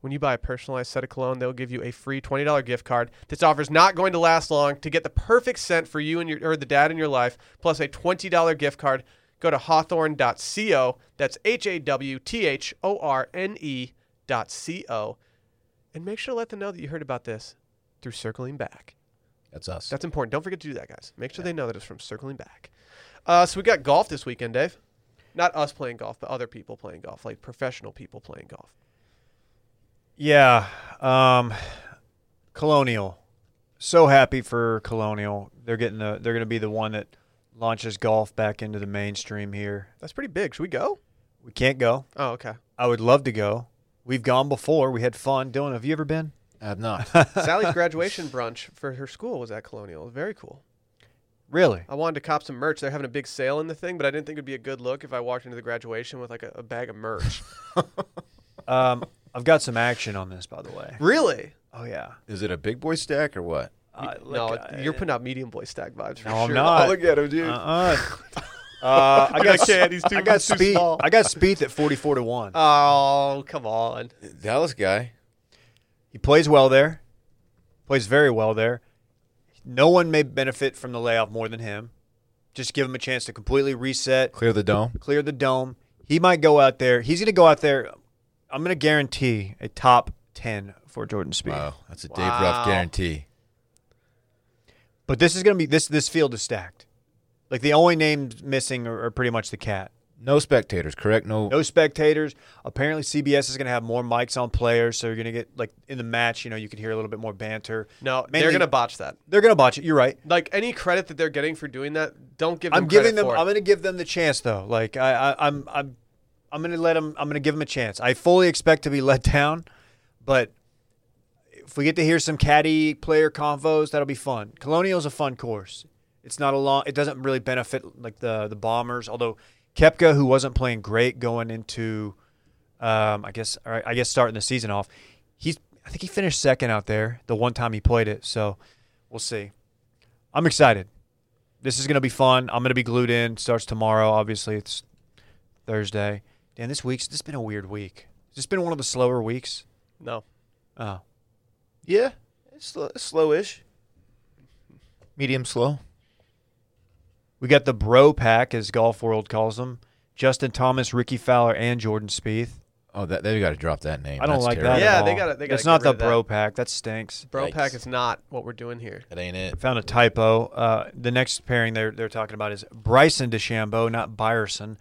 When you buy a personalized set of cologne, they'll give you a free $20 gift card. This offer is not going to last long. To get the perfect scent for you and your or the dad in your life, plus a $20 gift card, go to hawthorne.co. That's H A W T H O R N E dot C O. And make sure to let them know that you heard about this through circling back. That's us. That's important. Don't forget to do that, guys. Make sure they know that it's from Circling Back. Uh, so we got golf this weekend, Dave. Not us playing golf, but other people playing golf, like professional people playing golf. Yeah. Um Colonial. So happy for Colonial. They're getting the they're gonna be the one that launches golf back into the mainstream here. That's pretty big. Should we go? We can't go. Oh, okay. I would love to go. We've gone before. We had fun. Dylan, have you ever been? I'm not. (laughs) Sally's graduation brunch for her school was at Colonial. Very cool. Really? I wanted to cop some merch. They're having a big sale in the thing, but I didn't think it'd be a good look if I walked into the graduation with like a, a bag of (laughs) merch. Um (laughs) I've got some action on this by the way. really? Oh yeah. Is it a big boy stack or what? Uh, no, look, it- you're putting out medium boy stack vibes for No, I'm sure. not. look at him, dude. (laughs) uh-uh. Uh, I got, can't. He's too- I got he's too speed. small. I got speed at forty-four to one. Oh, come on. Dallas guy. He plays well there. Plays very well there. No one may benefit from the layoff more than him. Just give him a chance to completely reset, Clear the dome. clear the dome. He might go out there. He's going to go out there. I'm going to guarantee a top 10 for Jordan Speed. Wow, that's a Dave Wow. Ruff guarantee. But this is going to be this this field is stacked. Like the only names missing are, are pretty much the cat. No spectators, correct? No. No spectators. Apparently, CBS is going to have more mics on players, so you're going to get like in the match. You know, you can hear a little bit more banter. No, they're Mainly- gonna botch that. They're going to botch it. You're right. Like any credit that they're getting for doing that, don't give. Them I'm giving credit them. for it. I'm going to give them the chance though. Like I, I I'm, I'm, I'm going to let them. I'm going to give them a chance. I fully expect to be (laughs) let down, but if we get to hear some caddy player convos, that'll be fun. Colonial's a fun course. It's not a long. It doesn't really benefit like the the bombers. Although Kepka, who wasn't playing great going into, um, I guess, or I guess starting the season off, he's. I think he finished second out there the one time he played it. So we'll see. I'm excited. This is gonna be fun. I'm gonna be glued in. Starts tomorrow. Obviously, it's Thursday. Dan, this week's this has been a weird week. Has this been one of the slower weeks? no. Oh, Yeah, it's, sl- it's slowish. Medium slow. we got the bro pack, as Golf World calls them. Justin Thomas, Ricky Fowler, and Jordan Spieth. Oh, that they got to drop that name. I don't That's like terrible. that. Yeah, at they all. gotta- they That's gotta not get rid the of that. bro pack. That stinks. Bro Yikes. pack is not what we're doing here. That ain't it. Found a typo. Uh, the next pairing they're they're talking about is Bryson DeChambeau, (laughs) not Byerson.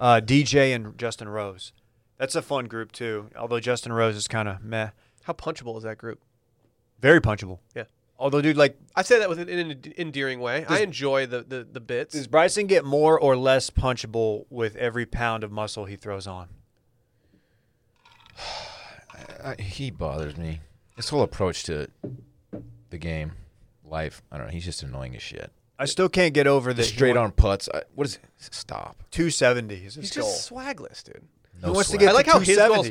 uh, DJ and Justin Rose. That's a fun group too. Although Justin Rose is kind of meh. How punchable is that group? Very punchable. Yeah. Although, dude, like, I say that with an, in an endearing way. I enjoy the, the, the bits. does Bryson get more or less punchable with every pound of muscle he throws on? I, he bothers me. This whole approach to the game, life. I don't know. He's just annoying as shit. I still can't get over The the straight arm putts. I, what is? Stop. 270 is his He's goal. just swagless, dude. No He wants to swag. get I (laughs) like how his goal is 270.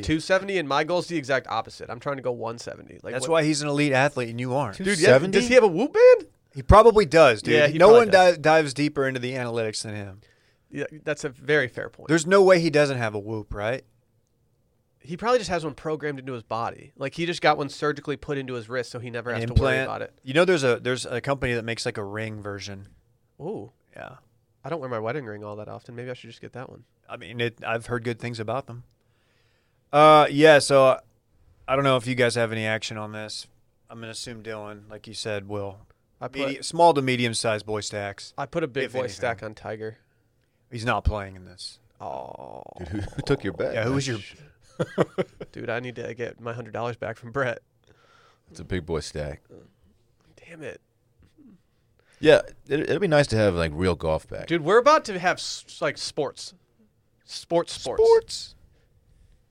270 and my goal is the exact opposite. I'm trying to go 170. Like That's what- why he's an elite athlete and you aren't. Dude, yeah, 270? does he have a whoop band? He probably does, dude. Yeah, he no probably one does. di- dives deeper into the analytics than him. Yeah, that's a very fair point. There's no way he doesn't have a whoop, right? he probably just has one programmed into his body. Like he just got one surgically put into his wrist, so he never An has to worry implant. about it. You know, there's a there's a company that makes like a ring version. Ooh, Yeah, I don't wear my wedding ring all that often. Maybe I should just get that one. I mean, it, I've heard good things about them. Uh, yeah. So uh, I don't know if you guys have any action on this. I'm gonna assume Dylan, like you said, will. I put Medi- small to medium sized boy stacks. I put a big if boy anything. stack on Tiger. He's not playing in this. Oh, Dude, who, who took your bet? Yeah, who was your? (laughs) dude, I need to get my hundred dollars back from Brett. It's a big boy stack. Damn it, Yeah, it, it'd be nice to have like real golf back. dude. We're about to have s- like sports, sports, sports. sports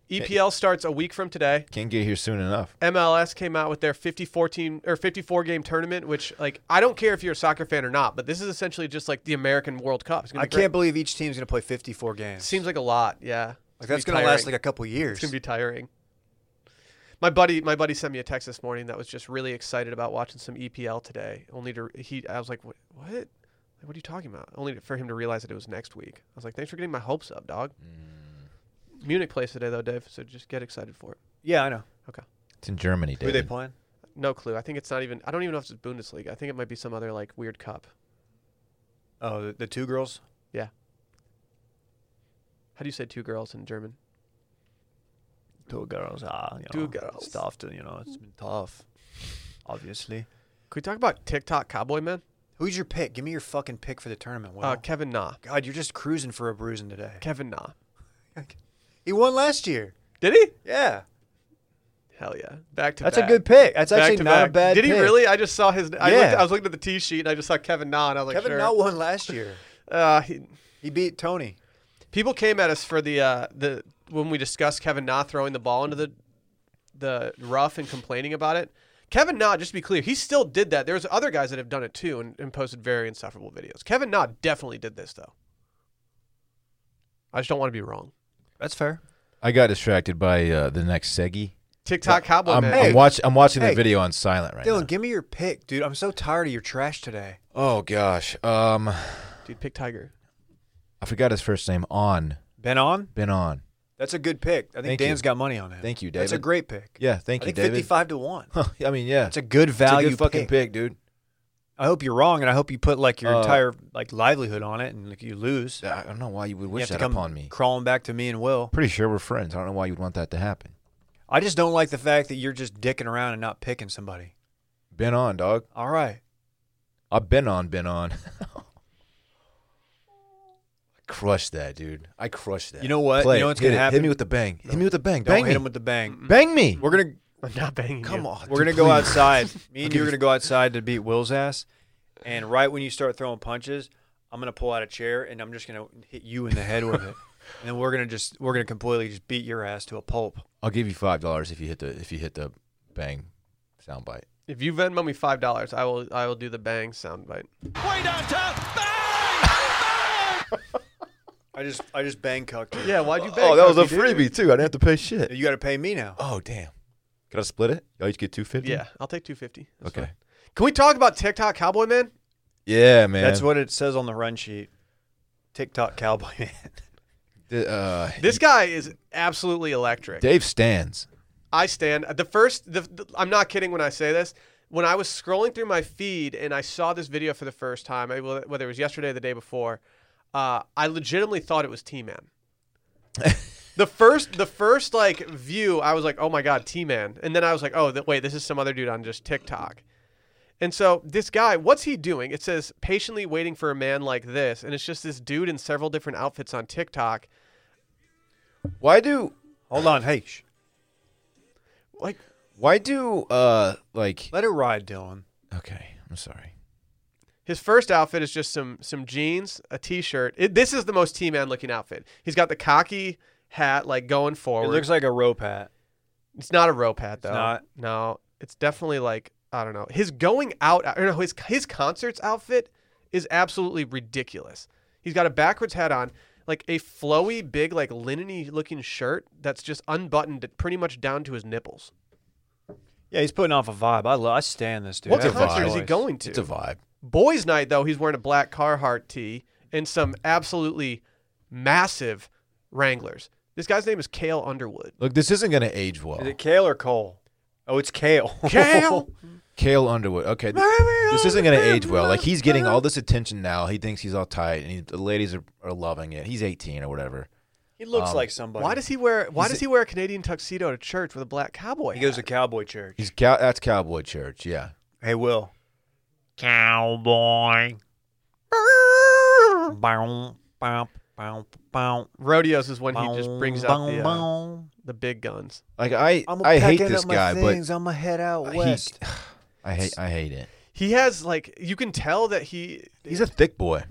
EPL starts a week from today. can't get here soon enough. MLS came out with their 54 team or 54 game tournament, which like I don't care if you're a soccer fan or not, but this is essentially just like the American World Cup. It's gonna I be great. can't believe each team's gonna play 54 games. Seems like a lot, yeah. like that's gonna last like a couple years. it's gonna be tiring. My buddy, my buddy sent me a text this morning that was just really excited about watching some EPL today. Only to he, I was like, what? What, Like, what are you talking about? Only for him to realize that it was next week. I was like, thanks for getting my hopes up, dog. Munich plays today though, Dave. So just get excited for it. yeah, I know. It's in Germany, Who dude. they playing? No clue. I think it's not even. I don't even know if it's Bundesliga. I think it might be some other like weird cup. Oh, the, the two girls. How do you say two girls in German? Two girls. Ah, you Two know, girls. Stuff. You know, it's been tough. Obviously. Could we talk about TikTok cowboy man? Who's your pick? Give me your fucking pick for the tournament. Will. Uh, Kevin Na. God, you're just cruising for a bruising today. Kevin Na. He won last year. Did he? Yeah, Hell yeah. Back to that's back. a good pick. That's Back actually to not a back. bad. Did he pick. really? I just saw his. I, looked, Yeah. I was looking at the tee sheet and I just saw Kevin Na and I was like, sure. Kevin Na won last year. Uh, he, He beat Tony. people came at us for the uh, the when we discussed Kevin Na throwing the ball into the the rough and complaining about it. Kevin Na, just to be clear, he still did that. There's other guys that have done it too and, and posted very insufferable videos. Kevin Na definitely did this though. I just don't want to be wrong. That's fair. I got distracted by uh, the next Segi. TikTok cowboy I'm, man. Hey. I'm, watch, I'm watching Hey. the video on silent right Dylan, now. give me your pick, dude. I'm so tired of your trash today. Oh gosh, um, Dude, pick Tiger. I forgot his first name. On Ben on? been on. That's a good pick. I think Thank Dan's you. got money on it. Thank you, That's a David. great pick. Yeah, thank I you, think David. 55 to (laughs) one. I mean, yeah, That's a good value it's a good fucking pick. pick, dude. I hope you're wrong, and I hope you put like your Uh, entire like livelihood on it, and like, you lose. I I don't know why you would you wish have to that come upon me. crawling back to me and Will. Pretty sure we're friends. I don't know why you'd want that to happen. I just don't like the fact that you're just dicking around and not picking somebody. Been on, dog. All right. (laughs) I've been on, been on. crushed that, dude. I crushed that. You know what? Play You know it. what's Hit gonna it. happen? Hit me with the bang. Hit me with the bang. Don't bang hit me. him with the bang. bang me. We're gonna I'm not banging Come you. on. we're dude, gonna go please. (laughs) outside. Me and give you are you- gonna go outside to beat Will's ass. And right when you start throwing punches, I'm gonna pull out a chair and I'm just gonna hit you in the head with (laughs) it. And then we're gonna just we're gonna completely just beat your ass to a pulp. I'll give you five dollars if you hit the if you hit the bang soundbite. If you Venmo me five dollars, I will I will do the bang soundbite. I just I just bang cucked you. Yeah, why'd you bang? Oh, that was a Cookie, dude? freebie too. I didn't have to pay shit. You gotta pay me now. Oh damn. Can I split it? Y'all each get two fifty. Yeah, I'll take two fifty. Okay. Can we talk about TikTok Cowboy (clears throat) Man? Yeah, man. That's what it says on the run sheet. TikTok cowboy man. (laughs) The, uh, This guy is absolutely electric. Dave stands. I stand the first. The, the- I'm not kidding when I say this. When I was scrolling through my feed and I saw this video for the first time, I- whether it was yesterday or the day before, uh, I legitimately thought it was T Man. the first, the first like view, I was like, "Oh my god, T Man!" And then I was like, "Oh, th- wait, this is some other dude on just TikTok." And so this guy, what's he doing? It says patiently waiting for a man like this, and it's just this dude in several different outfits on TikTok. Why do Hold on, hey, shh. Like, why do uh like let it ride, Dylan. Okay, I'm sorry. His first outfit is just some some jeans, a t-shirt. It, this is the most T-man looking outfit. He's got the cocky hat like going It forward. looks like a rope hat. it's not a rope hat though. not. No, it's definitely like I don't know. His going out, I don't know, his his concerts outfit is absolutely ridiculous. He's got a backwards hat on, like a flowy big like linen-y looking shirt that's just unbuttoned pretty much down to his nipples. Yeah, he's putting off a vibe. I love, I stand this dude. what it's a concert is he Voice. going to? It's a vibe. boys' night though, he's wearing a black Carhartt tee and some absolutely massive Wranglers. This guy's name is Kale Underwood. Look, this isn't gonna age well. Is it Kale or Cole? Oh, it's (laughs) Kale. Kale. Kale Underwood. Okay, th- this isn't gonna age well. Like he's getting all this attention now. He thinks he's all tight, and he, the ladies are, are loving it. He's 18 or whatever. he looks Um, like somebody. Why does he wear Why He's does a- he wear a Canadian tuxedo to church with a black cowboy? he goes hat? to cowboy church? He's cow- that's Cowboy Church. Yeah, Hey, Will. Cowboy. (laughs) Bow, bow, bow, bow. rodeos is when he just brings out Bow, the, uh, bow. the big guns. like I I'm I hate packing this up my guy, things, I'm gonna head out but he, west. (sighs) I hate I hate it. He has like you can tell that he He's a thick boy.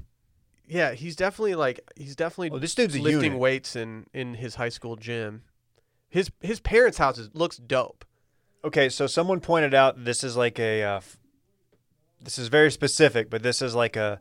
yeah he's definitely like he's definitely Oh, this dude's a lifting unit. weights in in his high school gym. His his parents' house is, looks dope. Okay, so someone pointed out this is like a. Uh, f- this is very specific, but this is like a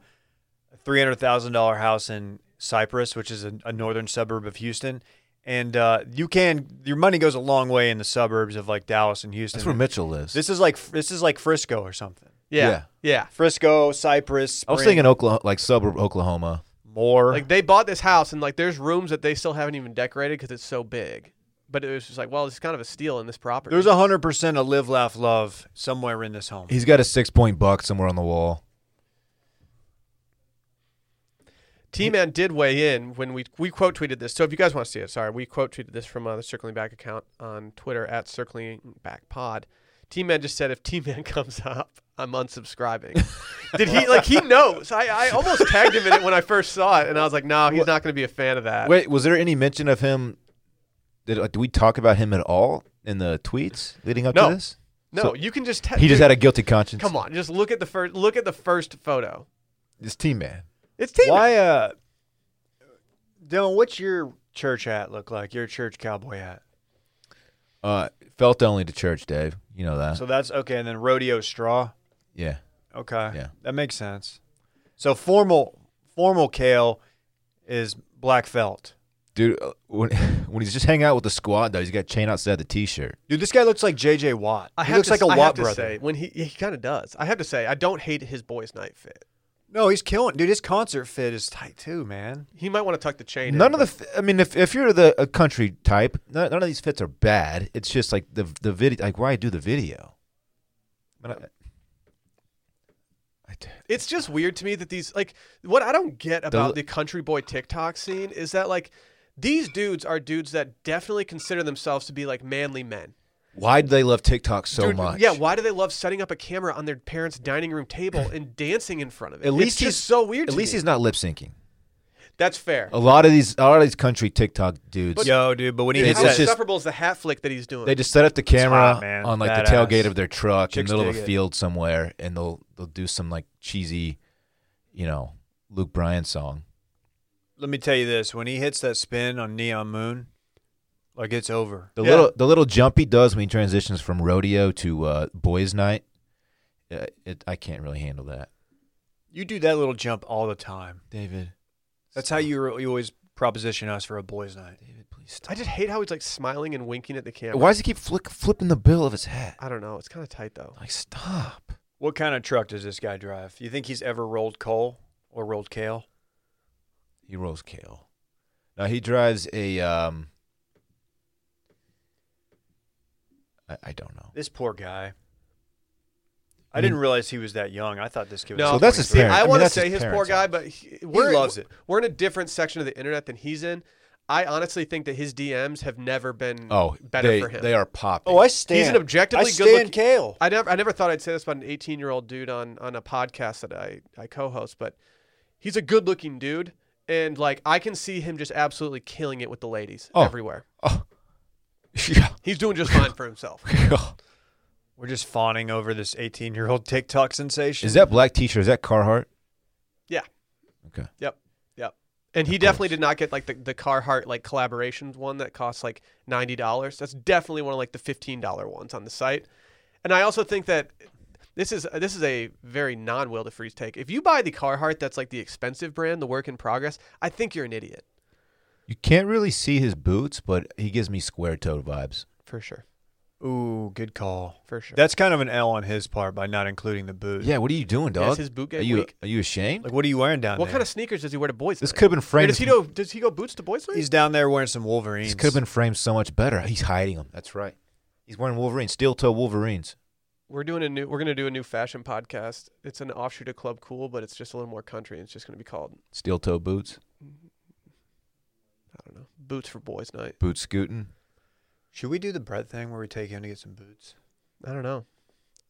three hundred thousand dollar house in Cypress, which is a, a northern suburb of Houston, and uh, you can your money goes a long way in the suburbs of like Dallas and Houston. That's where Mitchell lives. This is like this is like Frisco or something. yeah. Yeah. yeah. Frisco, Cypress. I was Spring, thinking Oklahoma, like suburb Oklahoma. more. Like they bought this house and like there's rooms that they still haven't even decorated because it's so big. But it was just like, well, it's kind of a steal in this property. There's a hundred percent of live, laugh, love somewhere in this home. He's got a six point buck somewhere on the wall. T-Man did weigh in when we we quote tweeted this. So if you guys want to see it, sorry, we quote tweeted this from uh, the Circling Back account on Twitter at Circling Back Pod. T-Man just said, if T-Man (laughs) comes up, I'm (laughs) unsubscribing. did he like he knows? I, I almost tagged him in it when I first saw it, and I was like, no, he's not going to be a fan of that. Wait, was there any mention of him? Did, like, did we talk about him at all in the tweets leading up No. to this? no, so- you can just ta- He just dude, had a guilty conscience. come on, just look at the first look at the first photo. It's team man. It's T-Man. Why, uh, Dylan? What's your church hat look like? Your church cowboy hat. Uh, felt only to church, Dave. You know that. So that's okay. And then rodeo straw. yeah. Okay. Yeah. That makes sense. So formal, formal kale is black felt. Dude, uh, when, (laughs) when he's just hanging out with the squad, though, he's got chain outside the t shirt. Dude, this guy looks like JJ Watt. I he have looks to, like a I Watt have to brother. Say, when he he kind of does. I have to say I don't hate his boys' night fit. No, he's killing. Dude, his concert fit is tight too, man. He might want to tuck the chain. None in, of the, but f- I mean, if, if you're the a country type, none, none of these fits are bad. It's just like the the video, like why do the video? I uh, mean, I- I- it's just weird to me that these like what I don't get about Does- the country boy TikTok scene is that like these dudes are dudes that definitely consider themselves to be like manly men. why do they love TikTok so Dude, much? Yeah, why do they love setting up a camera on their (laughs) parents' dining room table and dancing in front of it? At least it's he's just so weird. At to least me. he's not lip syncing. That's fair. A lot of these, a lot of these country TikTok dudes, Yo, dude, but when he And hits It's- how it's that, just- insufferable is the hat flick that he's doing? they just set up the camera hot, man. on like the Badass. tailgate of their truck Chicks in the middle of dig a it. field somewhere, and they'll they'll do some like cheesy, you know, Luke Bryan song. let me tell you this: when he hits that spin on Neon Moon, like it's over. The Yeah. little the little jump he does when he transitions from rodeo to uh, boys' night, uh, it, I can't really handle that. You do that little jump all the time. David, That's how you, you always proposition us for a boys' night. David, please stop. I just hate how he's like smiling and winking at the camera. Why does he keep flick, flipping the bill of his hat? I don't know. It's kind of tight though. Like stop. What kind of truck does this guy drive? You think he's ever rolled coal or rolled kale? He rolls kale. Now he drives a um. I, I don't know. This poor guy. I, I mean- didn't realize he was that young. I thought this kid was. No. So that's his 23. See, parents. I, I mean, want to that's his say his poor parents' guy, but he, we're, loves it. We're in a different section of the internet than he's in. I honestly think that his DMs have never been Oh, Mm-hmm. better they, for him. They are popping. Oh, I stand. He's an objectively I good stand look- kale. I never, I never thought I'd say this about an 18 year old dude on on a podcast that I I co-host, but he's a good looking dude, and like I can see him just absolutely killing it with the ladies Oh. everywhere. Oh. (laughs) Yeah. He's doing just fine for (laughs) himself. We're just fawning over this 18-year-old TikTok sensation. Is that black T-shirt? Is that Carhartt? Yeah. Okay. Yep. Yep. And he Of definitely course. did not get like the, the Carhartt like collaboration one that costs like ninety dollars. That's definitely one of like the fifteen dollar ones on the site. And I also think that this is this is a very non Will DeFreeze take. If you buy the Carhartt that's like the expensive brand, the work in progress, I think you're an idiot You can't really see his boots, but he gives me square toed vibes. for sure. Ooh, good call. For sure. That's kind of an L on his part by not including the boot. Yeah, what are you doing, Yeah, dog? it's his boot game are you week. are you ashamed? Like, what are you wearing down what there? kind of sneakers does he wear to boys? this night? could have been Or framed. does he go does he go boots to boys night? He's down there wearing some Wolverines. This could have been framed so much better. He's hiding them. That's right. He's wearing Wolverines, steel toe Wolverines. we're doing a new we're gonna do a new fashion podcast. It's an offshoot of Club Cool, but it's just a little more country and it's just gonna be called Steel toe boots, I don't know, boots for boys night. boot scooting, Should we do the Brett thing where we take him to get some boots? I don't know.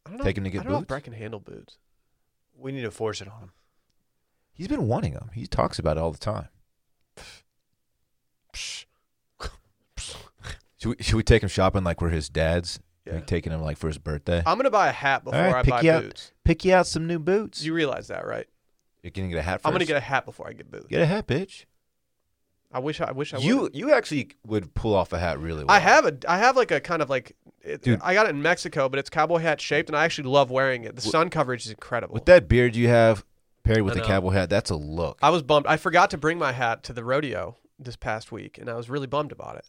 I don't know. taking to I get don't know if boots. Brett can handle boots. We need to force it on him. He's been wanting them. He talks about it all the time. Should we, should we take him shopping like we're his dad's? Yeah. Like taking him like for his birthday. I'm gonna buy a hat before right, I pick buy you up. boots. Pick you out some new boots. You realize that, right? You're gonna get a hat. i First. I'm gonna get a hat before I get boots. get a hat, bitch. I wish I, I wish I You would've. you actually would pull off a hat really well. I have a I have like a kind of like it, Dude. I got it in Mexico, but it's cowboy hat shaped, and I actually love wearing it. The Wh- sun coverage is incredible. with that beard you have paired with I the know. cowboy hat. That's a look. I was bummed. I forgot to bring my hat to the rodeo this past week, and I was really bummed about it.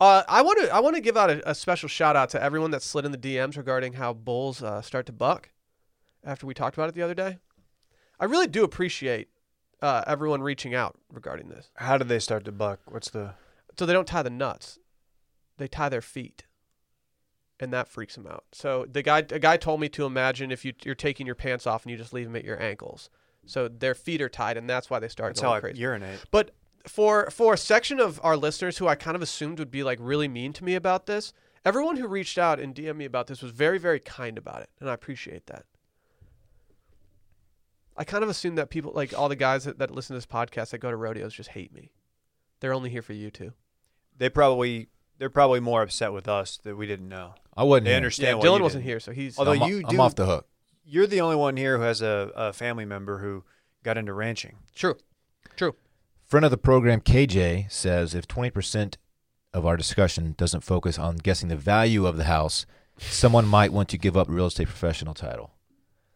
Uh, I want to I want to give out a, a special shout out to everyone that slid in the DMs regarding how bulls uh, start to buck after we talked about it the other day. I really do appreciate uh, everyone reaching out regarding this. How did they start to buck? What's the So they don't tie the nuts; they tie their feet, and that freaks them out. So the guy a guy told me to imagine if you you're taking your pants off and you just leave them at your ankles. So their feet are tied, and that's why they start That's going how I crazy. urinate. But for for a section of our listeners who I kind of assumed would be like really mean to me about this, everyone who reached out and DM me about this was very very kind about it, and I appreciate that. I kind of assumed that people like all the guys that, that listen to this podcast that go to rodeos just hate me. They're only here for you two. They probably they're probably more upset with us that we didn't know. I wasn't. They here. Yeah, understand. why Dylan you wasn't didn't. here, so he's Although I'm, o- you I'm do- off the hook. You're the only one here who has a, a family member who got into ranching. true. True. Friend of the program KJ says if 20% of our discussion doesn't focus on guessing the value of the house, someone might want to give up real estate professional title.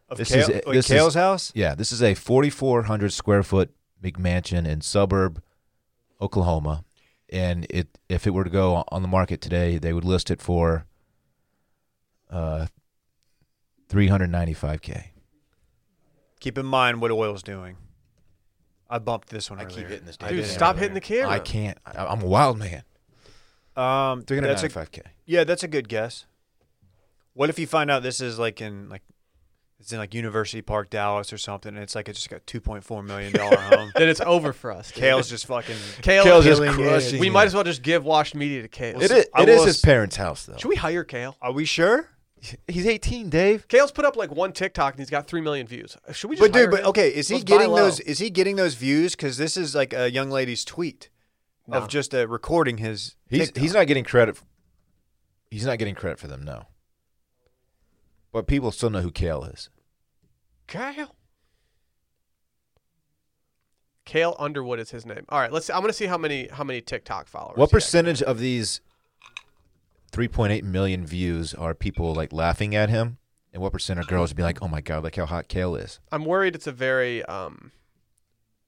Of This Kale, is- like this is- Kale's house? Yeah, this is a 4,400 square foot McMansion in suburb Oklahoma, and it if it were to go on the market today, they would list it for uh, 395k. Keep in mind what oil's doing. I bumped this one. I keep earlier. hitting this I damn Dude, did it stop earlier. hitting the camera. I can't. I, I'm a wild man. Um, that's a 395k. yeah, that's a good guess. What if you find out this is like in like it's in like University Park, Dallas, or something, and it's like it's just got two point four million (laughs) dollar home. (laughs) Then it's over for us. dude. Kale's just fucking. Kale, Kale's just killing it. crushing We it. might as well just give washed media to Kale. It is, I it is will his s- parents' house though. Should we hire Kale? Are we sure? He's 18, Dave. Kale's put up like one TikTok and he's got three million views. Should we just? But dude, hire but him? okay, is he Let's buy getting low. those? Is he getting those views? Because this is like a young lady's tweet Nah. of just uh, recording his. He's TikTok. he's not getting credit. f- He's not getting credit for them, no. But people still know who Kale is. Kale. Kale Underwood is his name. All right, let's. See, I'm gonna see how many how many TikTok followers. What he has. percentage of these 3.8 million views are people like laughing at him, and what percent are girls be like, "Oh my god, look how hot Kale is"? I'm worried it's a very um.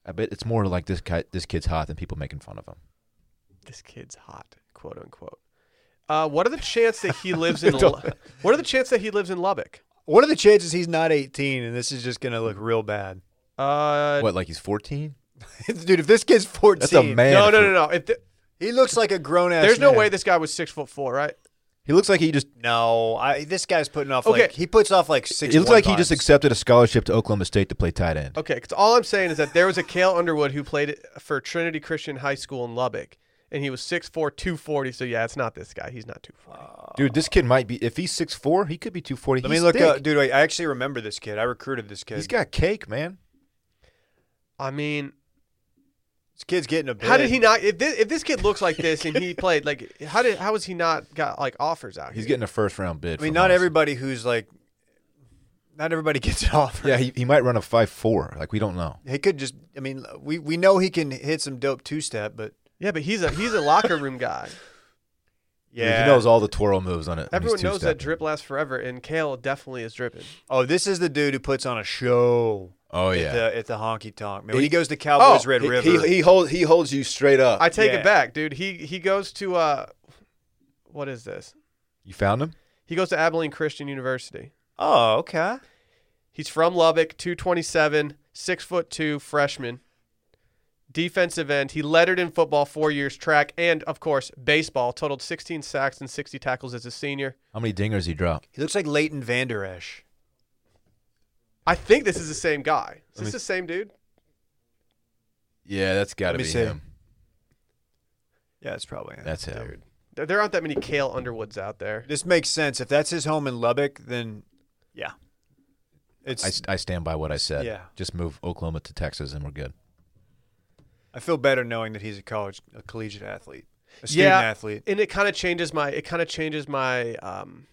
I bet it's more like this guy, this kid's hot than people making fun of him. This kid's hot, quote unquote. Uh, what are the chance that he lives in? Lu- what are the chance that he lives in Lubbock? What are the chances he's not 18 and this is just gonna look real bad, (laughs) Uh, What, like he's 14? dude? If this kid's 14, That's a man. no, no, if no, no. If th- He looks like a grown ass. there's no way this guy was six foot four, right? He looks like he just No, I, this guy's putting off Okay. like he puts off like six. Oh. It looks like he just vibes. accepted a scholarship to Oklahoma State to play tight end. Okay, because all I'm saying is that there was a Kale Underwood who played for Trinity Christian High School in Lubbock, and he was 6'4", 240. So yeah, it's not this guy. He's not 240. Dude, this kid might be if he's 6'4", he could be 240. Let He's me look thick. up, dude. Wait, I actually remember this kid. I recruited this kid. He's got cake, man. I mean, this kid's getting a. Bid. how did he not? If this, if this kid looks like this and he (laughs) played like, how did how was he not got like offers out? He's here? getting a first round bid. I mean, from not us. everybody who's like, not everybody (laughs) gets an offer. Yeah, he, he might run a five four. Like we don't know. He could just. I mean, we we know he can hit some dope two step, but yeah, but he's a he's a locker room (laughs) guy. I mean, yeah, he knows all the twirl moves on it. when he's Everyone knows that two-stepping. drip lasts forever, and Kale definitely is dripping. Oh, this is the dude who puts on a show Oh at yeah. the at the honky tonk. Man, when He- he goes to Cowboys Red Oh, he, River, He, he holds he holds you straight up. I take Yeah. it back, dude. He he goes to uh, what is this? you found him? He goes to Abilene Christian University. oh, okay. He's from Lubbock, 227, six foot two, freshman. Defensive end. He lettered in football four years, track, and of course, baseball. Totaled 16 sacks and 60 tackles as a senior. How many dingers he dropped? He looks like Leighton Vander Esch. I think this is the same guy. Is Let this me- the same dude? Yeah, that's got to Let me be see. him. Yeah, it's probably him. That's him. Dude. There, there aren't that many Kale Underwoods out there. This makes sense. If that's his home in Lubbock, then yeah, it's. I, s- I stand by what I said. Yeah. Just move Oklahoma to Texas and we're good. I feel better knowing that he's a college, a collegiate athlete, a student athlete. And it kind of changes my it kind of changes my um,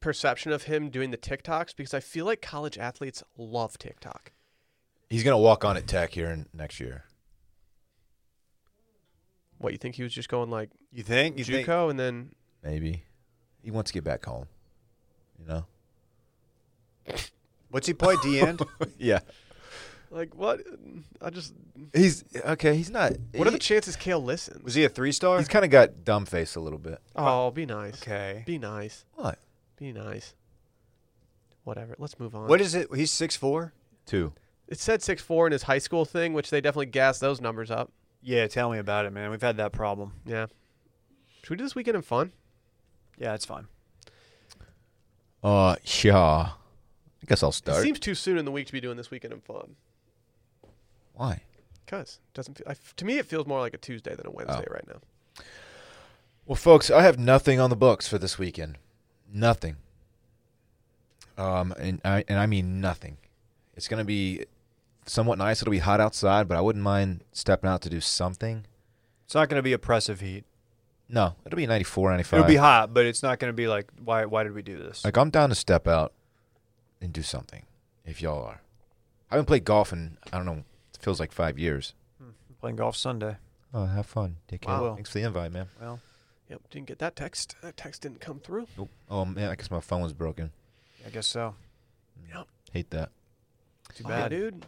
perception of him doing the TikToks because I feel like college athletes love TikTok. He's gonna walk on at Tech here in, next year. What you think he was just going like You think? You JUCO think? and then Maybe he wants to get back home. You know? What's he play? D end? (laughs) yeah. like what? I just He's okay. He's not. What are the he- chances Kale listens? Was he a three star? He's kind of got dumb face a little bit. Oh, be nice. Okay. Be nice. What? Be nice. Whatever. Let's move on. What is it? He's six four. Two. it said six four in his high school thing, which they definitely gassed those numbers up. Yeah, tell me about it, man. We've had that problem. Yeah. Should we do this weekend in fun? Yeah, it's fine. Uh, yeah. I guess I'll It start. seems too soon in the week to be doing this weekend in fun. Why? Cause it doesn't feel, I, to me it feels more like a Tuesday than a Wednesday Oh. right now. Well, folks, I have nothing on the books for this weekend. Nothing. Um, and I and I mean nothing. It's gonna be somewhat nice. It'll be hot outside, but I wouldn't mind stepping out to do something. It's not going to be oppressive heat. No, it'll be 94, 95. It'll be hot, but it's not going to be like why? Why did we do this? Like I'm down to step out and do something if y'all are. I haven't played golf in I don't know. It feels like five years. Playing golf Sunday. Oh, have fun, dickhead. Wow. Thanks for the invite, man. Well, Yep. Didn't get that text. That text didn't come through. Nope. Oh man, I guess my phone was broken. I guess so. Hate that. Too Oh, bad. dude.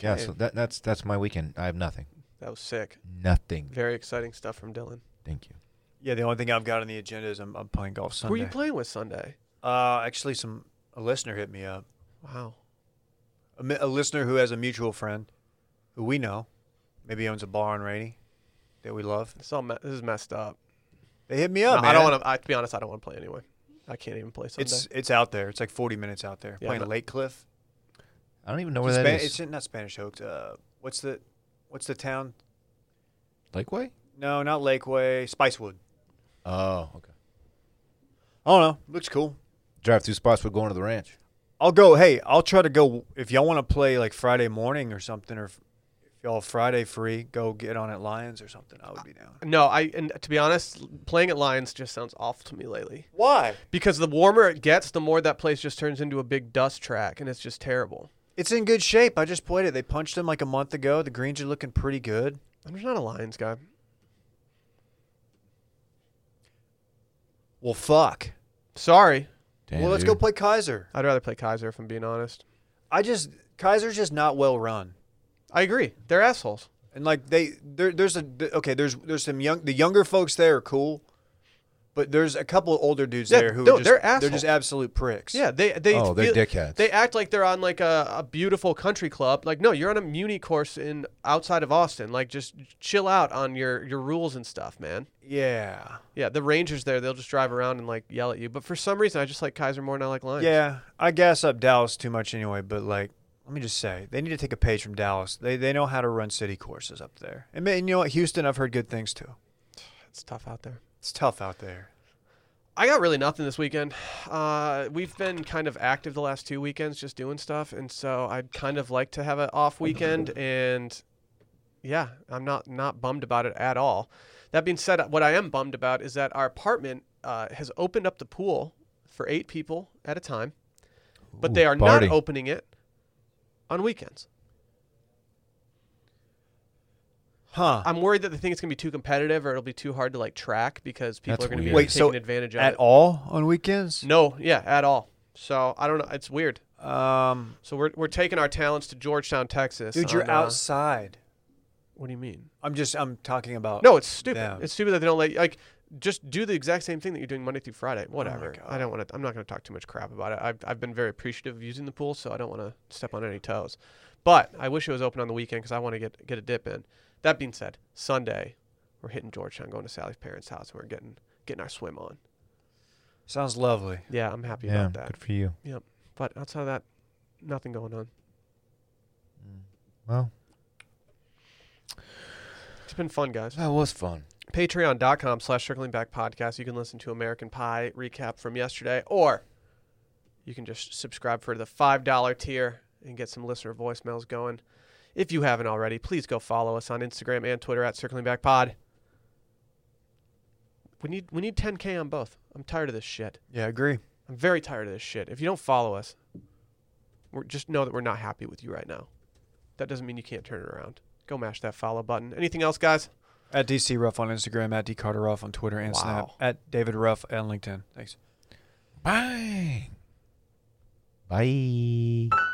Yeah, Okay. so that, that's that's my weekend. I have nothing. That was sick. Nothing. Very exciting stuff from Dylan. Thank you. Yeah, the only thing I've got on the agenda is I'm, I'm playing golf Who are Sunday. you playing with Sunday? uh, actually, some a listener hit me up. Wow. A, mi- a listener who has a mutual friend who we know, maybe owns a bar in Rainy that we love. This is all me- this is messed up. They hit me up. No, I don't man. want to. To be honest, I don't want to play anyway. I can't even play Sunday. It's it's out there. It's like 40 minutes out there. Yeah, playing but- Lake Cliff. I don't even know where It's that Spa- is. It's in- not Spanish Oaks. Uh, what's the what's the town? Lakeway. No, not Lakeway. Spicewood. Oh, okay. I don't know. Looks cool. drive-through spots for going to the ranch. I'll go. Hey, I'll try to go. If y'all want to play like Friday morning or something, or if y'all Friday free, go get on at Lions or something. I would be down. No, I and to be honest, playing at Lions just sounds awful to me lately. Why? Because the warmer it gets, the more that place just turns into a big dust track, and it's just terrible. It's in good shape. I just played it. They punched them like a month ago. The greens are looking pretty good. I'm just not a Lions guy. Well, fuck. Sorry, Damn, well, let's dude. go play Kaiser. I'd rather play Kaiser if I'm being honest. I just Kaiser's just not well run. I agree, they're assholes. And like they there there's a th- okay, there's there's some young the younger folks there are cool, but there's a couple older dudes Yeah, there who no, are just, they're they're assholes. just absolute pricks. Yeah, they they Oh, they're dickheads. They act like they're on like a, a beautiful country club. Like no, you're on a Muni course in outside of Austin. Like just chill out on your your rules and stuff, man. Yeah. Yeah, the Rangers there, they'll just drive around and like yell at you. But for some reason, I just like Kaiser more than I like Lions. Yeah. I gas up Dallas too much anyway, but like let me just say, they need to take a page from Dallas. They they know how to run city courses up there. And, man, you know what, Houston, I've heard good things too. it's tough out there. It's tough out there. I got really nothing this weekend. Uh, we've been kind of active the last two weekends, just doing stuff, and so I'd kind of like to have an off weekend. And yeah, I'm not not bummed about it at all. That being said, what I am bummed about is that our apartment uh, has opened up the pool for eight people at a time, but Ooh, they are party. not opening it on weekends. Huh. I'm worried that the thing is going to be too competitive, or it'll be too hard to like track because people That's are going to be weird. Wait, taking so advantage of At it. all on weekends? No, yeah, at all. So I don't know. It's weird. Um So we're, we're taking our talents to Georgetown, Texas. dude, you're on, uh, outside. What do you mean? I'm just I'm talking about No, it's stupid. damn. It's stupid that they don't let you, like just do the exact same thing that you're doing Monday through Friday. Whatever. God. I don't want to. I'm not going to talk too much crap about it. I've I've been very appreciative of using the pool, so I don't want to step on any toes. But I wish it was open on the weekend because I want to get get a dip in. That being said, Sunday we're hitting Georgetown, going to Sally's parents' house, and we're getting getting our swim on. Sounds lovely. Yeah, I'm happy yeah, about that. good for you. But outside of that, nothing going on. Well, It's been fun, guys. that was fun. patreon.com slash circling back podcast you can listen to american pie recap from yesterday or you can just subscribe for the $5 tier and get some listener voicemails going if you haven't already please go follow us on instagram and twitter at circling back pod we need we need 10k on both i'm tired of this shit Yeah, I agree. i'm very tired of this shit if you don't follow us we're just know that we're not happy with you right now that doesn't mean you can't turn it around go mash that follow button anything else guys At DC Ruff on Instagram, at D Carter Ruff on Twitter and Snap, Wow. at David Ruff on LinkedIn. Thanks. Bye. Bye.